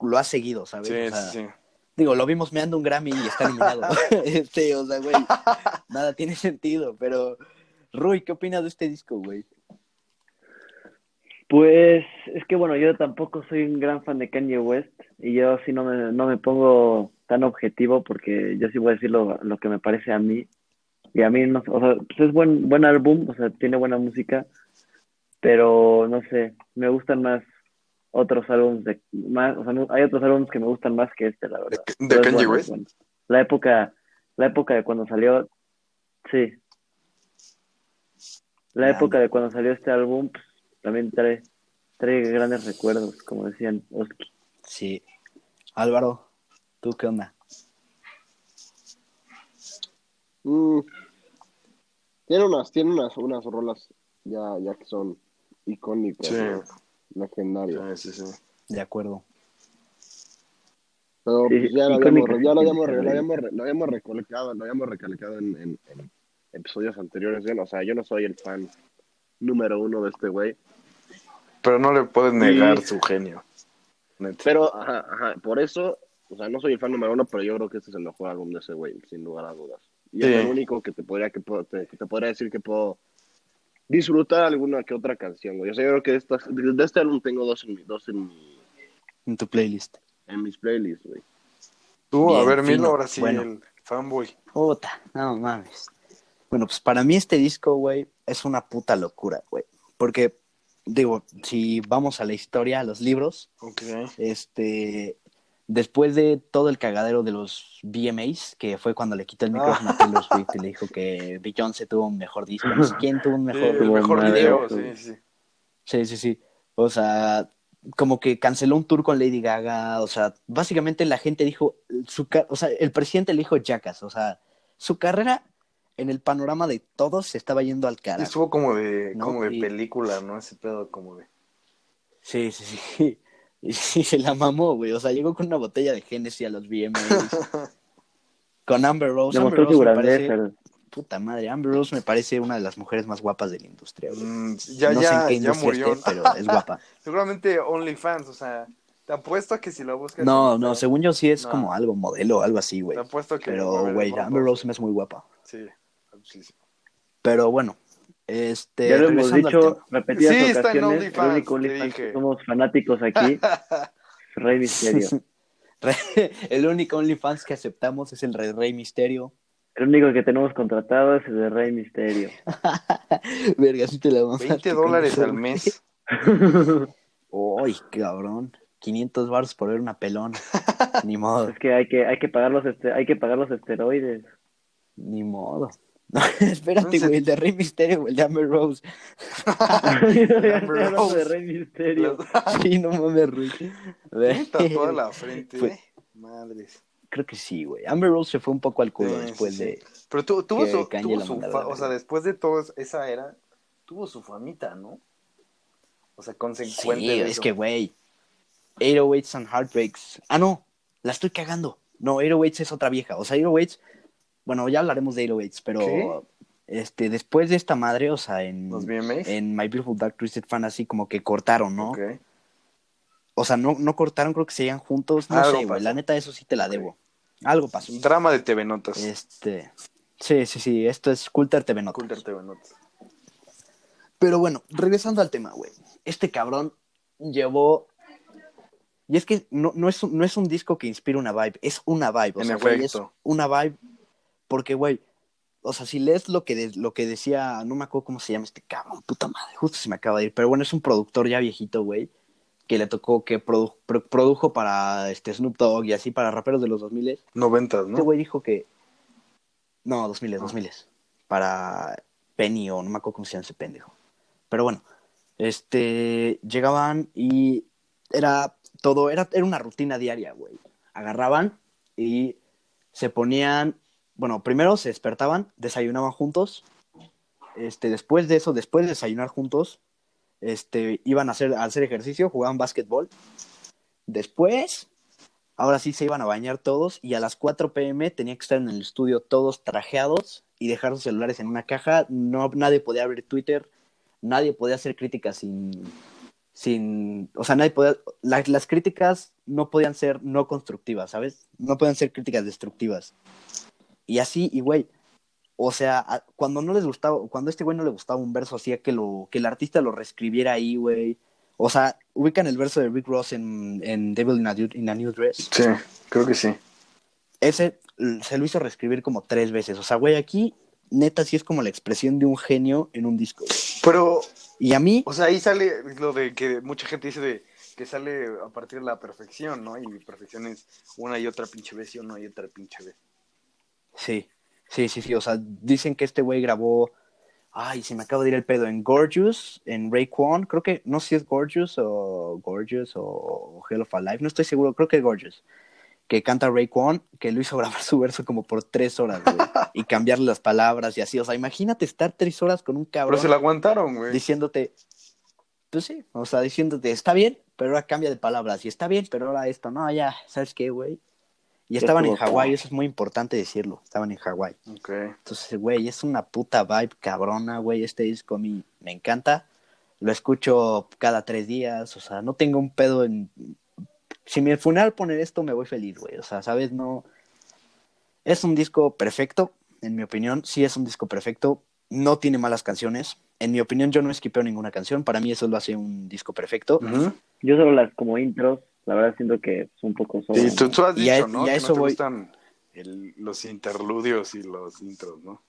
lo ha seguido, ¿sabes?
Sí,
O sea,
sí, sí.
Digo, lo vimos meando un Grammy y está eliminado. [LAUGHS] este, o sea, güey, nada tiene sentido, pero... Rui, ¿qué opinas de este disco, güey?
Pues es que bueno, yo tampoco soy un gran fan de Kanye West y yo sí no me, no me pongo tan objetivo porque yo sí voy a decir lo, lo que me parece a mí. Y a mí, no, o sea, pues es buen, buen álbum, o sea, tiene buena música, pero no sé, me gustan más otros álbumes de más, o sea, no- hay otros álbumes que me gustan más que este, la verdad.
¿De
Pero es
Kanye
bueno, es
West?
bueno. La época, la época de cuando salió, sí. La
Grande.
época de cuando salió este álbum pues, también trae, trae grandes recuerdos, como decían Oski.
Sí. Álvaro, ¿tú qué onda?
Mm. Tiene unas, tiene unas, unas rolas ya, ya que son icónicas,
Sí.
¿no? legendarias.
Sí, sí, sí.
De acuerdo.
Pero
Sí,
pues, ya, lo habíamos,
icónicas,
ya lo habíamos,
icónicas,
lo habíamos, lo habíamos recalcado, lo habíamos recalcado en, en- en episodios anteriores. Yo no, o sea, yo no soy el fan número uno de este güey.
Pero no le puedes negar su genio. Neta.
Pero, ajá, ajá, por eso, o sea, no soy el fan número uno, pero yo creo que este es el mejor álbum de ese güey, sin lugar a dudas. Y
Sí.
es el único que te podría, que, puedo- te, que te podría decir que puedo disfrutar alguna que otra canción, güey. O sea, yo creo que de estas- de, de este álbum tengo dos en, mi- dos en, mi-
En tu playlist.
en mis playlists, güey.
Tú, a
Bien
ver, Milo,
fino.
ahora sí,
Bueno.
el fanboy.
Puta, no mames. Bueno, pues para mí este disco, güey, es una puta locura, güey. Porque, digo, si vamos a la historia, a los libros,
Ok.
este, después de todo el cagadero de los VMAs, que fue cuando le
Ah.
quitó el micrófono a Taylor Swift y le dijo que Beyoncé tuvo un mejor disco, no sé quién tuvo un
Sí,
mejor
el mejor
madre,
video,
tú.
sí, sí.
Sí, sí, sí. O sea, como que canceló un tour con Lady Gaga. O sea, básicamente la gente dijo, su ca- o sea, el presidente le dijo Jackass. O sea, su carrera en el panorama de todos se estaba yendo al
Y
carajo.
Estuvo como de,
No,
como de
y-
película, ¿no? Ese pedo como de...
Sí, sí, sí. [LAUGHS] Y sí, se la mamó, güey. O sea, llegó con una botella de Genesis a los
[LAUGHS]
VMAs. con Amber Rose. Amber
Demostró
Rose
su
me
grandeza.
parece... Puta madre, Amber Rose me parece una de las mujeres más guapas de la industria, güey.
Mm, ya,
no sé en
ya,
qué
ya
industria
murió.
esté, pero es guapa.
Seguramente OnlyFans, o sea, Te apuesto a [LAUGHS] que si lo buscas.
No,
sí,
no,
pero-
según yo sí es
No.
como algo modelo, algo así, güey.
Te apuesto que. va a
Pero,
haber
güey,
fotos.
Amber Rose me es muy guapa.
Sí. sí, sí.
Pero bueno, este.
ya lo hemos
regresando al
dicho
tema. [LAUGHS]
repetidas
Sí, está en
ocasiones. El
OnlyFans,
único
te
OnlyFans
dije.
que somos fanáticos
[LAUGHS]
aquí, Rey Misterio.
Re- el único OnlyFans que aceptamos es el Rey, Rey Misterio. [LAUGHS]
El único que tenemos contratado es el de Rey Misterio.
Verga, sí te la vamos
20 dólares al mes.
Uy, cabrón. 500 bars por ver una pelona.
[LAUGHS]
ni modo,
Es que hay que hay que pagar los este- hay que pagar los
[LAUGHS]
esteroides. [LAUGHS]
ni modo. [LAUGHS] No, espérate,
Entonces-
güey, el de Rey Misterio, güey, el de Amber Rose.
[LAUGHS]
Estoy hablando
Rose.
de Rey Misterio.
Ah.
Sí, no mames, Rui.
[LAUGHS] Tatuada en la frente. eh.
Fue-
Madres.
Creo que sí, güey. Amber Rose se fue un poco al culo
Sí,
después
sí, sí.
de.
Pero tu- tuvo
Que
su.
Kanye
tuvo
la
su
mandó a la
fa-
verga.
o sea, después de toda esa era, tuvo su famita, ¿no? O sea, con se
Sí, es que, güey. 808s and Heartbreaks. Ah, no, la estoy cagando. No, 808s es otra vieja. O sea, 808s. Bueno, ya hablaremos de 808s, pero.
¿Qué?
Este, después de esta madre, o sea, en.
Los VMAs.
En My Beautiful Dark Twisted Fantasy, como que cortaron, ¿no?
Ok.
O sea, no, no cortaron, creo que seguían juntos. No
Algo
sé, güey.
pasó.
La neta, eso sí te la debo. Algo pasó.
Drama de TV Notas.
Este. Sí, sí, sí. Esto es Coulter TV Notas.
Culter TV Notas.
Pero bueno, regresando al tema, güey. Este cabrón llevó. Y es que no, no, es un, no es un disco que inspira una vibe, es una vibe. O
En
sea, güey, es
efecto.
una vibe. Porque, güey, o sea, si lees lo que, de- lo que decía, no me acuerdo cómo se llama este cabrón, puta madre, justo se me acaba de ir. Pero bueno, es un productor ya viejito, güey, que le tocó, que produ- pro- produjo para este Snoop Dogg y así, para raperos de los 2000
Noventas,
este
¿no?
güey dijo que. No, 2000,
Ah.
2000. Para Penny o no me acuerdo cómo se llama ese pendejo. Pero bueno, este. Llegaban y era todo, era, era una rutina diaria, güey. Agarraban y se ponían. Bueno, primero se despertaban, desayunaban juntos. Este, después de eso, después de desayunar juntos, este, iban a hacer, a hacer ejercicio, jugaban básquetbol. Después, ahora sí se iban a bañar todos y a las 4 pm tenía que estar en el estudio todos trajeados y dejar sus celulares en una caja. No, nadie podía abrir Twitter, nadie podía hacer críticas sin, sin, o sea, nadie podía, la- las críticas no podían ser no constructivas, ¿sabes? No podían ser críticas destructivas. Y así, y güey, o sea, a- cuando no les gustaba, cuando a este güey no le gustaba un verso, hacía que, lo, que el artista lo reescribiera ahí, güey. O sea, ubican el verso de Rick Ross en, en Devil in a, Du- in a New Dress.
Sí, creo que sí.
Ese l- se lo hizo reescribir como tres veces. O sea, güey, aquí neta sí es como la expresión de un genio en un disco. güey.
Pero,
Y a mí,
o sea, ahí sale lo de que mucha gente dice de que sale a partir de la perfección, ¿no? Y perfección es una y otra pinche vez y una y otra pinche vez.
sí, sí, sí, sí. O sea, dicen que este güey grabó, ay, se me acaba de ir el pedo, en Gorgeous, en Rayquan, creo que, no sé si es Gorgeous o Gorgeous o, o Hell of a Life, no estoy seguro, creo que es Gorgeous. Que canta Rayquan, que lo hizo [LAUGHS] grabar su verso como por tres horas, güey, y cambiarle las palabras y así. O sea, imagínate estar tres horas con un cabrón.
Pero se la aguantaron, güey.
diciéndote, pues sí, o sea, diciéndote, está bien, pero ahora cambia de palabras, y está bien, pero ahora esto, no, ya, ¿sabes qué, güey? Y estaban en
estuvo
Hawái,
todo.
eso es muy importante decirlo, estaban en Hawái.
Ok.
Entonces, güey, es una puta vibe cabrona, güey, este disco a mí me encanta, lo escucho cada tres días, o sea, no tengo un pedo en... Si mi funeral poner esto, me voy feliz, güey, o sea, ¿sabes? No... Es un disco perfecto, en mi opinión, sí es un disco perfecto, no tiene malas canciones. En mi opinión, yo no esquipeo ninguna canción. Para mí eso lo hace un disco perfecto.
Ujú.
Yo solo las como intros, la verdad siento que son un poco sobran.
Y tú, tú has
Pues, Y a- e-
dicho, ¿no?
y a
que
eso
no te
voy.
gustan el- los interludios y los intros, ¿no?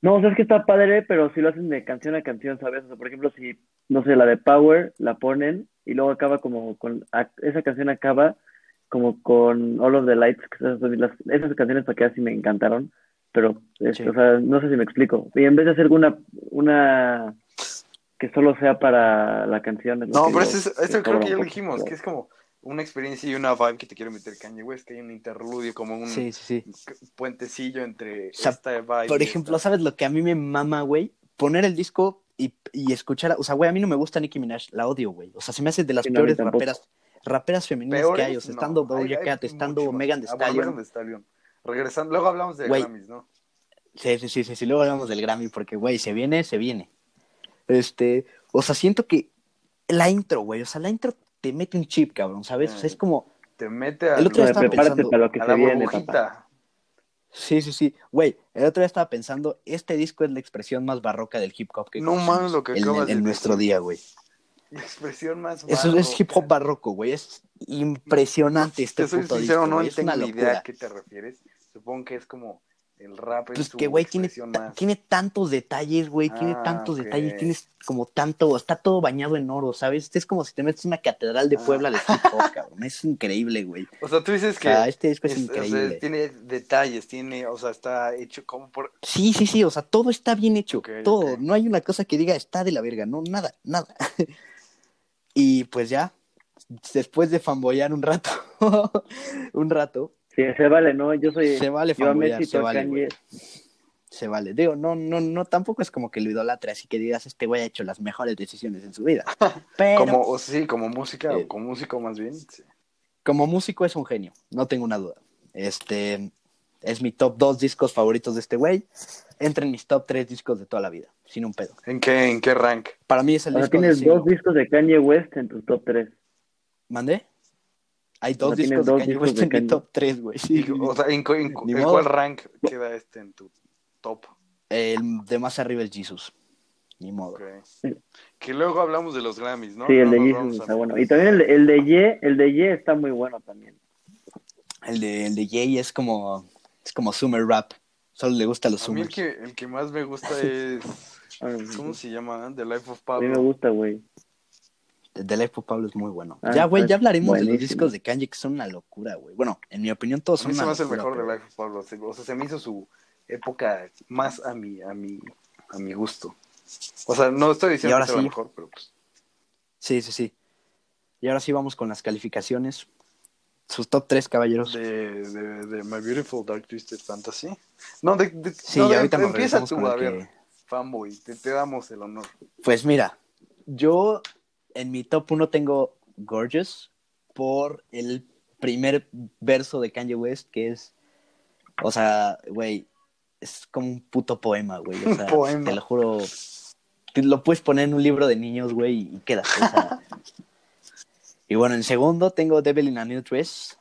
No, o sea, es que está padre, pero si lo hacen de canción a canción, ¿sabes? O sea, por ejemplo, si, no sé, la de Power la ponen y luego acaba como con, a- esa canción acaba como con All of the Lights, que esas, son las- esas canciones para que así me encantaron, pero, este,
Sí.
o sea, no sé si me explico. Y en vez de hacer una, una que solo sea para la canción. es lo
No,
que
pero
yo-
eso, es- eso creo
sobra un
que ya lo
poco.
dijimos, que es como una experiencia y una vibe que te quiere meter Kanye West, que hay un interludio, como un
Sí, sí, sí.
puentecillo entre
O sea,
esta vibe.
Por
y
ejemplo,
esta.
¿sabes lo que a mí me mama, güey? Poner el disco y, y escuchar... a- O sea, güey, a mí no me gusta Nicki Minaj. La odio, güey. O sea, se me hace de las
Sí, no, a mí
peores
tampoco.
raperas raperas femeninas
Peores,
que hay. O sea,
no,
estando
hay-
Doja
hay
Cat, estando
mucho.
Megan Thee
Ah, bueno, Megan
Stallion.
Thee Stallion. Regresando, luego hablamos de
Güey.
Grammys, ¿no?
Sí, sí, sí, sí, sí. Luego hablamos del Grammy porque, güey, se viene, se viene. Este, o sea, siento que la intro, güey, o sea, la intro te mete un chip, cabrón, ¿sabes? O sea, es
Mm.
como,
Te mete a,
El otro día
la-
estaba
prepárate
pensando,
para lo que
a
se
la
viene, papá.
burbujita.
sí, sí, sí. Güey, el otro día estaba pensando, este disco es la expresión más barroca del hip hop que
No
conocemos
mames lo que
en,
acabas
en-
de
en nuestro
decir.
día, güey.
La [LAUGHS] expresión más
Eso es
barroca.
hip hop barroco, güey. Es impresionante este
eh. Te soy
puto
sincero,
disco,
no
güey. Es
tengo
una
ni idea
locura.
a qué te refieres. Supongo que es como el rap en
Pues
su
que, güey, tiene,
expresión
ta-
más.
tiene tantos detalles, güey, tiene
Ah,
tantos
ok.
detalles, tienes como tanto, está todo bañado en oro, ¿sabes? Es como si te metes en una catedral de
Ah.
Puebla de hip hop, cabrón. Es increíble, güey.
O sea, tú dices
O
que
sea, este disco es,
es- o sea,
increíble.
tiene detalles, tiene, o sea, está hecho como por
Sí, sí, sí, o sea, todo está bien hecho,
Ok,
todo.
ok.
No hay una cosa que diga está de la verga, no, nada, nada. [LAUGHS] y pues ya, después de fanboyar un rato, [LAUGHS] un rato,
Sí, se vale, ¿no? Yo soy.
se vale
yo a
fanboyar,
Messi,
Este se
tú a
vale,
Kanye.
güey, se vale. Digo, no, no, no, tampoco es como que lo idolatre, así que digas, este güey ha hecho las mejores decisiones en su
[LAUGHS]
vida. Pero
como
como,
o sí, como música
Eh.
o como músico más bien. sí.
músico es un genio, no tengo una duda. Este, es mi top dos discos favoritos de este güey. Entra en mis top tres discos de toda la vida, sin un pedo.
¿En qué en qué rank?
Para mí es el
O sea,
disco del
tienes
siglo.
dos discos de Kanye West en tus top 3.
¿Mandé? Hay
O sea,
dos
tienes
discos de
dos
Kanye
discos
West
de
en mi
Kanye.
top 3,
[LAUGHS]
güey. Sí, sí, sí.
O sea, ¿en, cu- en cu-
Ni
en
modo.
cuál rank queda este en tu top?
El de más arriba el Jesus. Ni modo.
Ok. Que luego hablamos de los Grammys, ¿no?
sí, el
No
de
nos
Jesus
vamos a
está bueno.
meter.
Y también el, el de Ye, el de Ye está muy bueno también.
El de, el de Jay es como, es como Summer Rap. Solo le gustan los
A mí el
Summers.
que, el que más me gusta es
Ah,
[LAUGHS]
¿cómo se llama? The Life of
a mí me
Pablo.
gusta, güey.
El de Life of Pablo es muy bueno.
Ah,
ya, güey, ya
pues,
hablaremos de los
buenísimo.
discos de Kanye que son una locura, güey. Bueno, en mi opinión todos
A mí
son
Pues se
una
me hace el
locura,
mejor de
pero-
Life of Pablo. Se- O sea, se me hizo su época más a mi, a mi, a mi gusto. O sea, no estoy
Y
diciendo
ahora
que sea la
sí.
mejor, pero pues.
Sí, sí, sí. Y ahora sí vamos con las calificaciones. Sus top 3, caballeros.
De, de, de My Beautiful Dark Twisted Fantasy. No, de, de-
sí,
no, de-
ahorita nos
empieza
regresamos
tú,
con
a
el que...
ver, fanboy, te, te damos el honor.
Pues mira, yo en mi top 1 tengo Gorgeous por el primer verso de Kanye West, que es, o sea, güey, es como un puto poema, güey. O sea,
Poema.
te lo juro, te lo puedes poner en un libro de niños, güey, y quedas. o sea. y bueno, en segundo tengo Devil in a New Dress,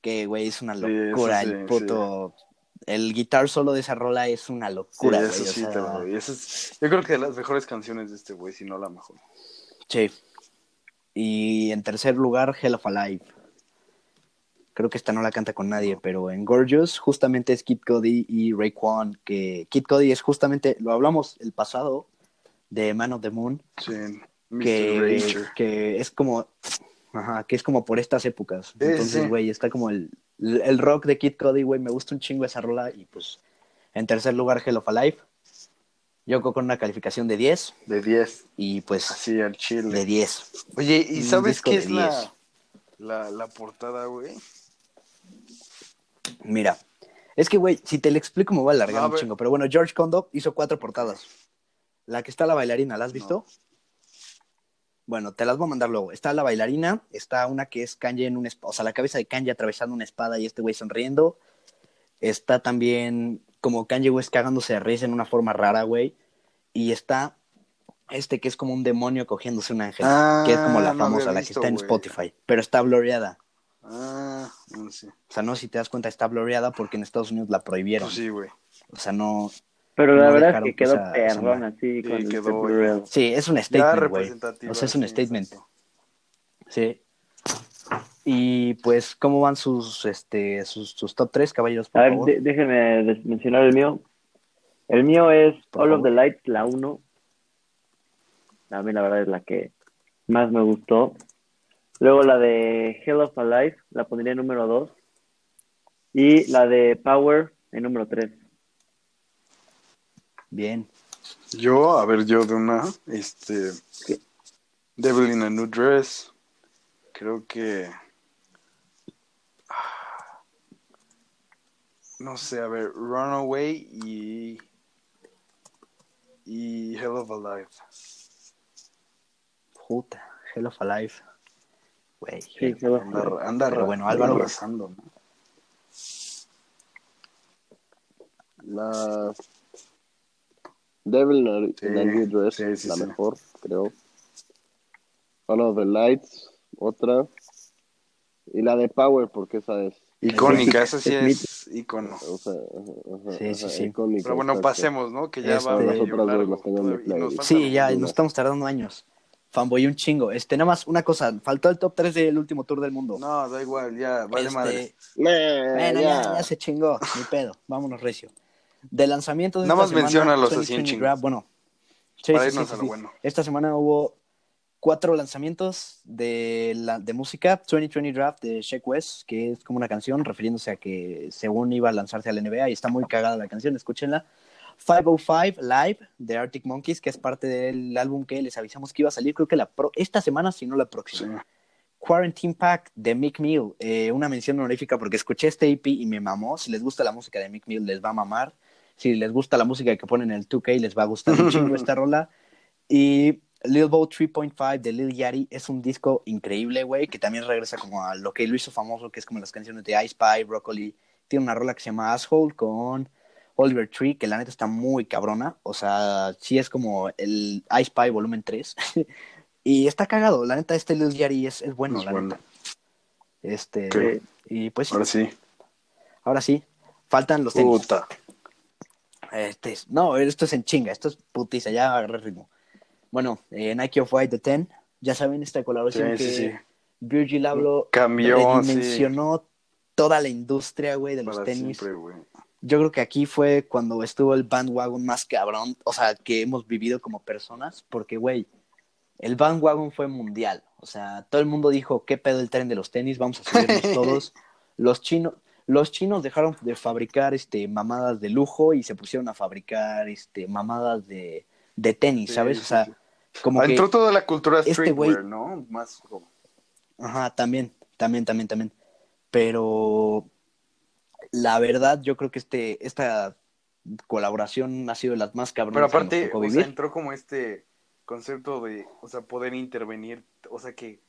que, güey, es una
Sí, eso
locura,
sí,
el puto... El guitar solo de esa rola es una
Sí,
locura,
eso
güey, o
sí
sea,
te lo doy. Eso es- yo creo que de las mejores canciones de este güey, si no la mejor.
Sí. Y en tercer lugar, Hell of Alive. Creo que esta no la canta con nadie, pero en Gorgeous justamente es Kid Cody y Raekwon, que Kid Cody es justamente, lo hablamos el pasado, de Man of the Moon,
Sí, Mr.
que,
Rager.
que es como, ajá, que es como por estas épocas.
Sí, sí.
Entonces, güey, está como el, el rock de Kid Cody, güey, me gusta un chingo esa rola y pues en tercer lugar, Hell of Alive. Yoko con una calificación de 10
De 10,
y pues
así al
de
chile.
10.
Oye, ¿y
un
sabes
disco
qué
de
es la,
10.
la, la portada, güey?
Mira, es que, güey, si te lo explico me voy a alargar
No, a
un
ver.
chingo. Pero bueno, George Kondo hizo cuatro portadas. La que está la bailarina, ¿la has visto? Bueno, te las voy a mandar luego. Está la bailarina, está una que es Kanye en un... O sea, la cabeza de Kanye atravesando una espada y este güey sonriendo. Está también como Kanye West cagándose de risa en una forma rara, güey. Y está este que es como un demonio cogiéndose un ángel.
Ah,
que es como la
no había
famosa, la que
visto,
está en
güey.
Spotify. Pero está blurreada.
Ah, no sé.
O sea, no sé si te das cuenta, está blurreada porque en Estados Unidos la prohibieron.
Pues sí, güey.
O sea, no.
Pero la
No
verdad es
dejaron
que
que
quedó
esa- esa
perrón
madre.
así.
Sí,
con el
quedó,
Triple
ya.
Red.
Sí, es un
Ya
statement, güey.
representativa.
O sea, es un
sí,
statement.
exacto.
Sí. Y pues, ¿cómo van sus este sus, sus top 3, caballeros, por
A ver,
favor?
de- déjenme des- mencionar el mío. El mío es
Por
All of
favor.
the Lights, la 1. A mí la verdad es la que más me gustó. Luego la de Hell of a Life, la pondría en número 2. Y la de Power en número 3.
Bien.
Yo, a ver, yo de una, este,
¿Qué?
Devil in a New Dress, creo que, ah, no sé, a ver, Runaway y, y Hell of a Life.
Puta. Hell of a Life. Güey.
Sí, Hell of a
Anda,
Life.
anda
Pero
ra-
bueno, Álvaro.
arrasando, ¿no?
La Devil in a-
Sí,
in a New Dress,
sí, sí,
la
sí.
mejor, creo. All of the Lights, otra. Y la de Power, porque esa es.
Icónica, esa sí
Smith.
es icono.
O sea, ajá, ajá,
Sí, sí,
ajá,
sí.
icónica,
Pero bueno,
exacto.
pasemos, ¿no? Que ya
Este,
va
las
medio
otras dos
largo
las tengo en mi
todavía, y nos
playlist.
falta
Sí, ya,
alguna.
nos estamos tardando años. Fanboy un chingo. Este, nada más una cosa, faltó el top 3 del último tour del mundo.
No, da igual, ya, vale
Este,
madre.
Nah,
Bueno, ya,
ya.
ya se chingó, ni pedo. Vámonos recio. De lanzamientos de
Nada
esta
más menciónalos
semana,
así en
2020
chinga.
Grab, bueno.
Para irnos a lo bueno.
Esta semana hubo cuatro lanzamientos de, la, de música. 2020 Draft de Sheck West, que es como una canción refiriéndose a que según iba a lanzarse a la NBA y está muy cagada la canción, escúchenla. 505 Live de Arctic Monkeys, que es parte del álbum que les avisamos que iba a salir, creo que la pro- esta semana, si no la próxima. Quarantine Pack de Mick Mill, eh, una mención honorífica porque escuché este EP y me mamó. Si les gusta la música de Mick Mill, les va a mamar. Si les gusta la música que ponen en el 2K, les va a gustar un chingo esta rola. Y Lil Bow 3.5 de Lil Yachty es un disco increíble, güey, que también regresa como a lo que lo hizo famoso, que es como las canciones de Ice Pie, Broccoli. Tiene una rola que se llama Asshole con Oliver Tree, que la neta está muy cabrona. O sea, sí es como el Ice Pie volumen 3. [LAUGHS] y está cagado. La neta, este Lil Yachty es, es bueno,
Es
la
bueno.
neta. Este,
Ok.
y pues
Ahora sí.
ahora sí, faltan los tenis.
Puta.
Este es- no, esto es en chinga, esto es putiza, ya agarré ritmo. Bueno, eh, Nike of White The 10, ya saben esta
Sí,
colaboración
sí,
que
sí.
Virgil habló
Cambió, sí.
mencionó toda la industria, güey, de los
Para
tenis.
siempre, güey.
Yo creo que aquí fue cuando estuvo el bandwagon más cabrón, o sea, que hemos vivido como personas, porque, güey, el bandwagon fue mundial. O sea, todo el mundo dijo, ¿qué pedo el tren de los tenis? Vamos a subirnos
[LAUGHS]
todos. Los chinos, los chinos dejaron de fabricar este, mamadas de lujo y se pusieron a fabricar este, mamadas de, de tenis,
Sí,
¿sabes?
sí,
O sea,
sí.
como que...
Ah, Entró toda la cultura
este
streetwear,
güey-
¿no? Más como-
Ajá, también, también, también, también. Pero la verdad, yo creo que este, esta colaboración ha sido de las más cabronas
Pero
que
aparte,
nos tocó
o
vivir.
sea, entró como este concepto de, o sea, poder intervenir, o sea, que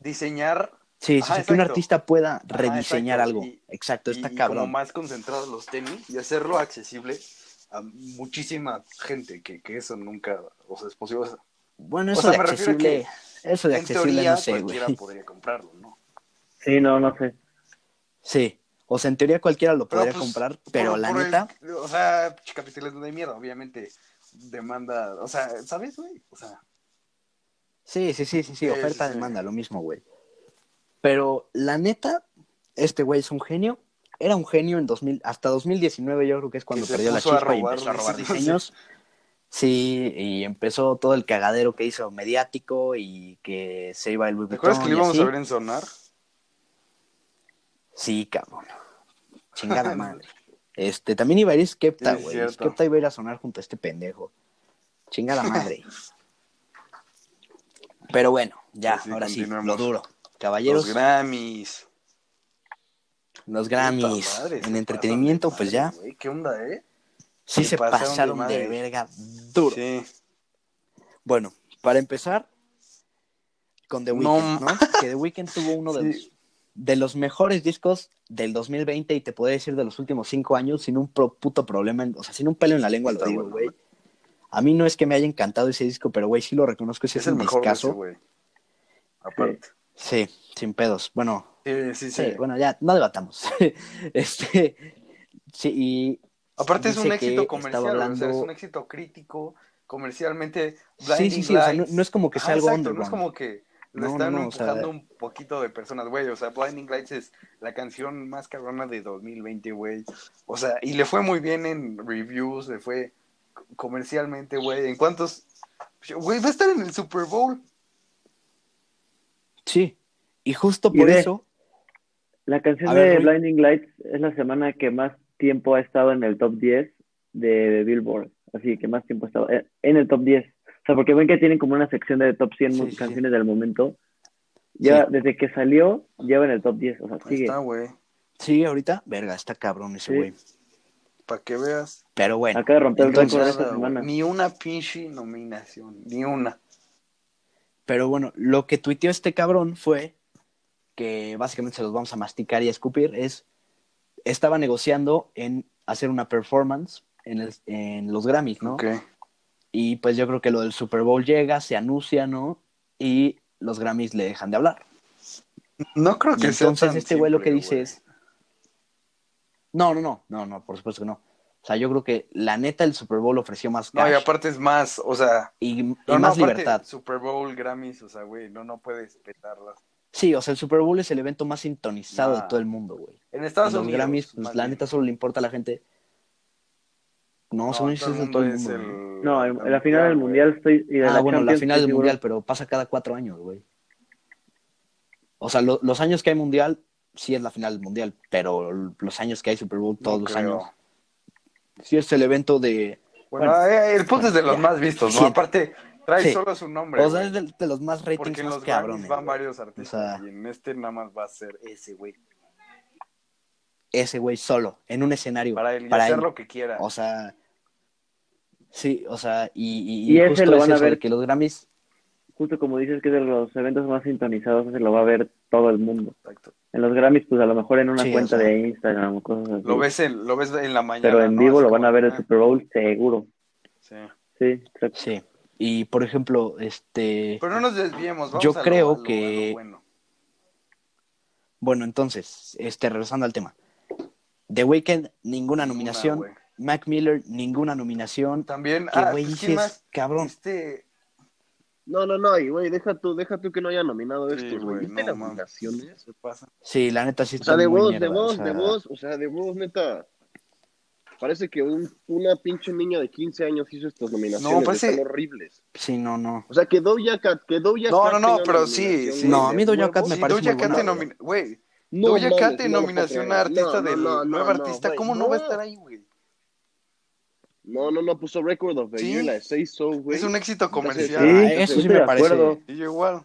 diseñar
sí, sí,
ajá,
sí, que un
exacto.
artista pueda
Ajá,
rediseñar
exacto,
algo.
y-
exacto, está
y, y como
cabrón.
más concentrados los tenis y hacerlo accesible a muchísima gente, que, que eso nunca, o sea, es posible. O sea,
Bueno,
o
eso
sea,
de
me refiero a
accesible, eso de
en
accesible
teoría,
no sé, güey.
cualquiera podría comprarlo, ¿no?
Sí, no, no sé.
[LAUGHS] Sí, o sea, en teoría cualquiera lo podría
pues,
comprar,
por-
pero la
por el-
neta,
o sea, pinche capitalismo de mierda, obviamente, demanda, o sea, ¿sabes, güey? O sea,
sí, sí, sí, sí, sí,
Sí, sí,
oferta,
sí.
demanda, lo mismo, güey. Pero la neta, este güey es un genio. Era un genio en 2000, hasta 2019 yo creo que es cuando
se
perdió la
puso a
chispa y
robar
empezó a robar
diseños.
diseños. Sí, y empezó todo el cagadero que hizo mediático y que se iba el Louis
¿te acuerdas que
Vuitton
lo
y
íbamos
así.
a ver en Sonar?
Sí, cabrón.
[LAUGHS]
Chingada madre. Este, también iba a ir Skepta,
Sí, es
güey.
cierto.
Skepta iba a ir a sonar junto a este pendejo. Chingada
[LAUGHS]
madre. Pero bueno, ya,
Pues Sí, sí,
ahora sí, lo
continuemos.
duro. Caballeros,
Los Grammys.
los
Puta
Grammys.
madre, se
en entretenimiento,
pasan de
pues ya.
madre, güey. ¿Qué onda, eh?
Sí
Se
se
pasaron de
pasaron de,
madre.
verga duro.
Sí.
Bueno, para empezar con The
No
Weeknd, ¿no? Que The Weeknd tuvo uno de,
[LAUGHS] Sí.
los, de los mejores discos del 2020 y te podría decir de los últimos cinco años sin un pro- puto problema, en- o sea, sin un pelo en la lengua,
Está
lo digo,
bueno,
güey. A mí no es que me haya encantado ese disco, pero güey, sí lo reconozco, sí
Es,
es,
el
un
mejor de ese,
discazo.
güey. Aparte.
Sí, sin pedos. Bueno,
Sí, sí, sí.
sí, bueno, ya, no debatamos. [LAUGHS] este, sí, y
Aparte es un
dice que
éxito comercial,
estaba
güey, o sea,
hablando-
es un éxito crítico, comercialmente.
sí, sí, sí, o sea, no, no es como que
Ajá,
sea algo
Ah, exacto, no es
underground.
como que lo
No,
están
no, no, o sea-
empujando un poquito de personas, güey. O sea, Blinding Lights es la canción más cabrona de 2020, güey. O sea, y le fue muy bien en reviews, le fue comercialmente, güey. ¿En cuántos? Güey, va a estar en el Super Bowl.
Sí, y justo
Y
por
ve,
eso
La canción
A ver,
de
Rui.
Blinding Lights es la semana que más tiempo ha estado en el top 10 de Billboard. Así que más tiempo ha estado eh, en el top 10. O sea, porque ven que tienen como una sección de top 100
Sí,
mu-
sí, sí.
canciones del momento. Ya,
Sí.
desde que salió, lleva en el top 10. O sea,
Pues
Ahí
sigue.
está, güey.
Sí, ahorita, verga, está cabrón ese
Sí.
güey.
Para que veas.
Pero bueno,
Acaba de romper el récord de
entonces-
esta
Nada, güey.
semana.
Ni una pinche nominación, ni una.
pero bueno, lo que tuiteó este cabrón fue que básicamente se los vamos a masticar y a escupir, es estaba negociando en hacer una performance en, el- en los Grammys, ¿no?
Ok.
Y pues yo creo que lo del Super Bowl llega, se anuncia, ¿no? Y los Grammys le dejan de hablar.
No creo
Y
que sea
entonces
tan
este güey lo
simple,
que dice es... No, no, no, no, no, por supuesto que no. O sea, yo creo que la neta el Super Bowl ofreció más
No, y
cash
aparte es más, o sea...
y, y
No, no,
más
aparte,
libertad.
Super Bowl, Grammys, o sea, güey, no, no puedes petarlas.
Sí, o sea, el Super Bowl es el evento más sintonizado
Nah.
de todo el mundo, güey.
En
Y
Estados
Los
Unidos...
Grammys, pues,
más
la
bien.
neta solo le importa a la gente. No,
No,
según yo, es
todo el
de
mundo
todo el
es
mundo.
el-
güey.
No, en, en la
mundial,
final del
güey.
mundial estoy. Y de
Ah,
la
bueno, la
Champions
final
estoy
del
seguro.
mundial, pero pasa cada cuatro años, güey. O sea, lo- los años que hay mundial, sí es la final del mundial, pero los años que hay Super Bowl, todos los
creo.
años. Sí es el evento de.
Bueno,
Bueno.
eh, el punto es de
[LAUGHS]
los
Ya.
más vistos, ¿no?
Sí.
Aparte, trae
Sí.
solo su nombre.
O sea,
güey,
es de, de los más ratings
porque en
más
los Grammys
cabrones. güey.
van varios artistas
O sea-
y en este nada más va a ser ese, güey.
Ese güey solo, en un escenario.
Para él y
para
hacer
él.
lo que quiera.
O sea, sí, o sea, y,
Y ese
justo
lo
es
van a
eso,
ver.
de que los Grammys,
Justo como dices que es de los eventos más sintonizados, se lo va a ver todo el mundo.
Exacto.
En los Grammys, pues a lo mejor en una
Sí, o
cuenta
sea.
de Instagram o cosas así.
Lo ves en, lo ves en la mañana.
pero en
¿no?
vivo
Así
lo van
como,
a ver el
ah,
Super Bowl seguro.
sí.
Sí, exacto.
sí. Y por ejemplo, este.
Pero no nos desviemos. Vamos
Yo
a lo-
creo
a lo- a lo
que-
bueno.
Bueno, entonces, este, regresando al tema. The Weeknd, ninguna nominación.
güey.
Mac Miller, ninguna nominación.
También,
Que
ah,
güey,
pues, ¿quién
dices,
más?
cabrón.
Este,
No, no, no, y güey, deja tú, deja tú que no haya nominado
Sí,
estos, güey.
güey,
¿Viste
no,
las
mames.
nominaciones?
se pasa.
Sí, la neta sí
O
está
sea, de
muy
voz,
mierda,
de voz,
o sea,
de voz, o sea, de voz, neta. Parece que un- una pinche niña de 15 años hizo estas nominaciones,
No, pues parece-
están horribles.
Sí, no, no.
O sea, que Doja Cat, que Doja
No,
Cat
no, no,
tenga
pero
nominación,
sí, sí.
güey,
No, a
de
mí Doja
huevos.
Cat me
Sí,
parece
Doja
muy
Cat
buena,
te
güey.
nomina, güey.
No
Doja
mames,
Cat te
no lo puedo
nominación a
creer.
artista
No,
del
no, no,
nuevo
no,
artista.
güey,
¿Cómo no. va a estar ahí, güey?
No, no, no, puso Record of the
Sí.
Year, la de Say So, güey.
Es un éxito comercial.
Sí,
Ah, eso
estoy
sí
de
me parece.
acuerdo.
Y yo igual.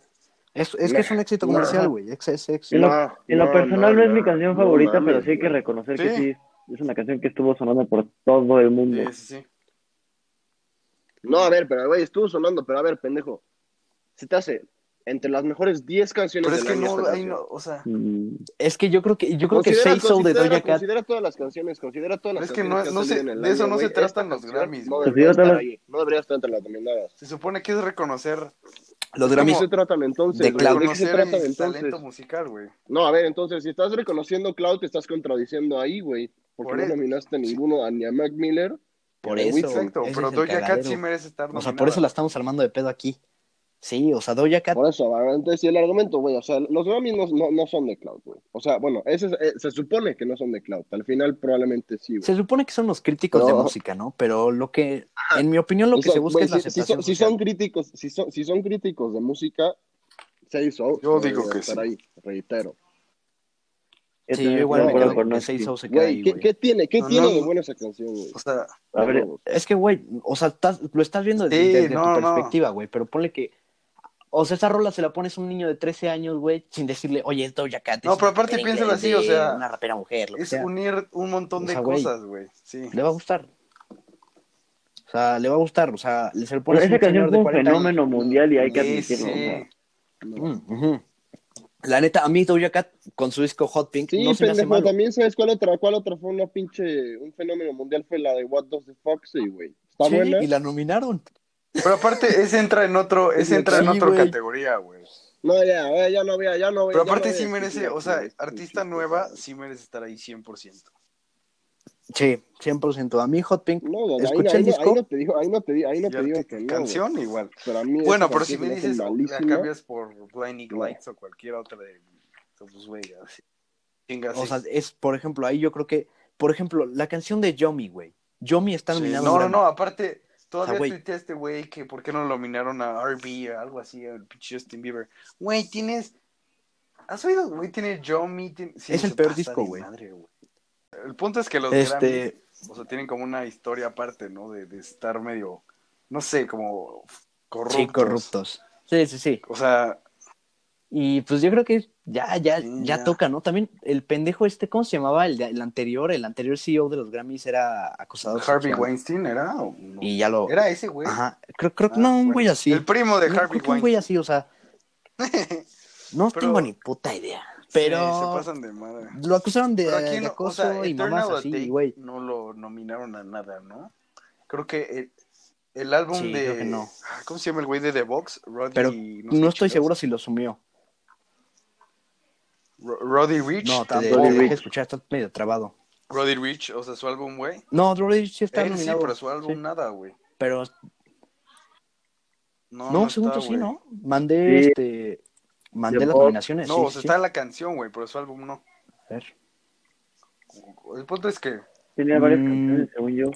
Es, es que es un éxito
Nah.
comercial, güey. Ex- es- es-
En lo,
No,
en lo
no,
personal
no,
no, es mi
no,
canción
no
favorita,
mames,
pero sí hay que
güey.
reconocer que
Sí.
sí es una canción que estuvo sonando por todo el mundo.
Sí, sí, sí.
No, a ver, pero güey, estuvo sonando, pero a ver, pendejo. Se te hace entre las mejores 10 canciones
Pero es
del
que
año
no,
esta
ahí
canción.
no, o sea,
Mm,
Es que yo creo que yo creo que
Considera-
Say Soul de
considera-
Doja Cat.
Considera todas las canciones, considera todas las
Es que no-
canciones.
no
han
se-
salido en el
de eso
año,
no se
güey.
tratan
Esta
los
canción
Grammys,
No
güey.
debería
Considera
estar
todas-
ahí, no debería estar entre las nominadas.
se supone que es reconocer,
Los
Es
¿De qué
Grammys.
se tratan entonces?
de
güey?
Cloud.
¿De qué se
reconocer
tratan
el
entonces?
talento musical, güey.
No, a ver, entonces, si estás reconociendo Cloud, te estás contradiciendo ahí, güey. Porque
Por
no
eso.
nominaste a ninguno, a- ni a Mac Miller.
Por
The
eso.
Weeknd.
Exacto,
ese
pero
es el
Doja Cat
cagadero.
sí merece
O
estar nominada.
sea, por eso la estamos armando de pedo aquí. Sí, o sea, Doja Cat.
Por eso, a ver, entonces, y el argumento, güey, o sea, los Grammys no, no, no son de Cloud, güey. O sea, bueno, ese es- eh, se supone que no son de Cloud. Al final probablemente sí, güey.
Se supone que son los críticos de
No.
música, ¿no? Pero lo que, en mi opinión, lo
O
que
sea,
se busca
güey,
es la
si- si,
aceptación
son, si
social.
son críticos, si son, si son críticos de música, se hizo.
Yo digo que
estar
sí.
ahí, reitero.
yo
Sí,
también
yo
estoy
igual
de
me
acuerdo
quedo
con
con que
Oski.
Say Soul se queda ahí,
Güey, ¿qué,
güey.
qué tiene, qué
No,
tiene
no,
de
no.
bueno esa canción, güey?
O sea,
A ver,
Huevos.
Es que, güey, o sea, estás- lo estás viendo desde,
Sí,
desde
no,
tu
no.
perspectiva, güey, pero ponle que... O sea, esa rola se la pones a un niño de 13 años, güey, sin decirle, oye, es Doja Cat.
No,
es
pero
una
aparte
merengue,
piénsalo
es
así,
de
o sea,
Una rapera mujer, lo que
es
sea.
unir un montón
O
de
sea, güey.
cosas, güey. Sí.
Le va a gustar. O sea, le va a gustar, o sea, le se lo
Pero
pones a
esa
un
canción
señor
fue
de
un
40 años.
fenómeno mundial y hay que
Sí,
admitirlo. o sea.
sí.
No.
Mm, ujú. La neta, a mí Doja Cat con su disco Hot Pink
Sí,
no se me hace
pendejo,
malo.
también sabes cuál otra, cuál otra fue una pinche, un fenómeno mundial fue la de What Does the Foxy, güey. Está
Sí,
buena.
y la nominaron.
Pero aparte, ese entra en
[LAUGHS]
otro, ese
Sí,
entra en
güey.
otra categoría, güey.
No, ya, ya, ya no vea, ya no vea.
Pero
ya
aparte
no
sí
vea.
merece, o sea, artista
Sí,
nueva sí merece estar ahí 100%.
Sí, 100%. A mí Hot Pink,
No, no, ahí,
escuché
ahí
el
no- ahí
disco.
no te digo, ahí no te digo, ahí no
Y
te digo
arti-
que no, güey.
canción igual.
Pero a mí
Bueno,
esa
pero si me
canción se
dices,
hace
la
malísima.
cambias por Blinding Lights o cualquier otra de... Pues, güey, así. Chinga,
O
sí.
sea, es, por ejemplo, ahí yo creo que, por ejemplo, la canción de Yomi, güey. Yomi está
Sí,
nominada.
No,
a
no,
un
no, aparte,
O sea,
todavía
güey.
tuiteaste, güey, que por qué no nominaron a RB o algo así, al pinche Justin Bieber. Güey, tienes. ¿Has oído? Güey, tiene Jomi. tiene- Sí,
Es el
se
peor
pasa
disco,
de
güey.
madre, güey. El punto es que los
Grammy.
Grammys,
Este,
o sea, tienen como una historia aparte, ¿no? De, de estar medio, no sé, como corruptos.
sí, corruptos. Sí, sí, sí.
O sea,
Y pues yo creo que ya, ya,
Sí,
ya,
ya.
toca, ¿no? También el pendejo este, ¿cómo se llamaba? El, de- el anterior, el anterior CEO de los Grammys era acosado.
Harvey
sexual.
Weinstein era. o no?
Y ya lo.
Era ese, güey.
Ajá. Creo, creo que
Ah,
no, un
bueno.
güey así.
El primo de
No,
Harvey
creo que un güey
Weinstein.
así, o sea. No
[LAUGHS] Pero-
tengo ni puta idea.
Sí, se
Pero
pasan de madre.
lo acusaron de,
Pero aquí
de
no, o
acoso
sea,
y
Eternal
mamás así,
Attic
güey.
no lo nominaron a nada, ¿no? Creo que eh, El álbum
Sí,
de.
creo que no.
Ah, ¿Cómo se llama el güey de The Box? Roddy.
Pero
sé
no
qué
estoy
chingados.
seguro si lo sumió.
Ro- Roddy Rich.
No, te
tampoco.
te
Roddy
dejé
Rich.
escuchar, está medio trabado.
Roddy Rich, o sea, su álbum, güey.
No, Roddy sí está
Él sí,
nominado.
pero su álbum nada, güey.
Pero
No,
no,
no
según
está,
tú sí,
güey.
¿no? Mandé
Sí.
este mandé
The
las
Box.
nominaciones,
No,
sí,
o sea,
sí,
está la canción, güey, pero su álbum no.
sí. A ver.
El punto es que
Tiene varias
Mm.
canciones, según yo.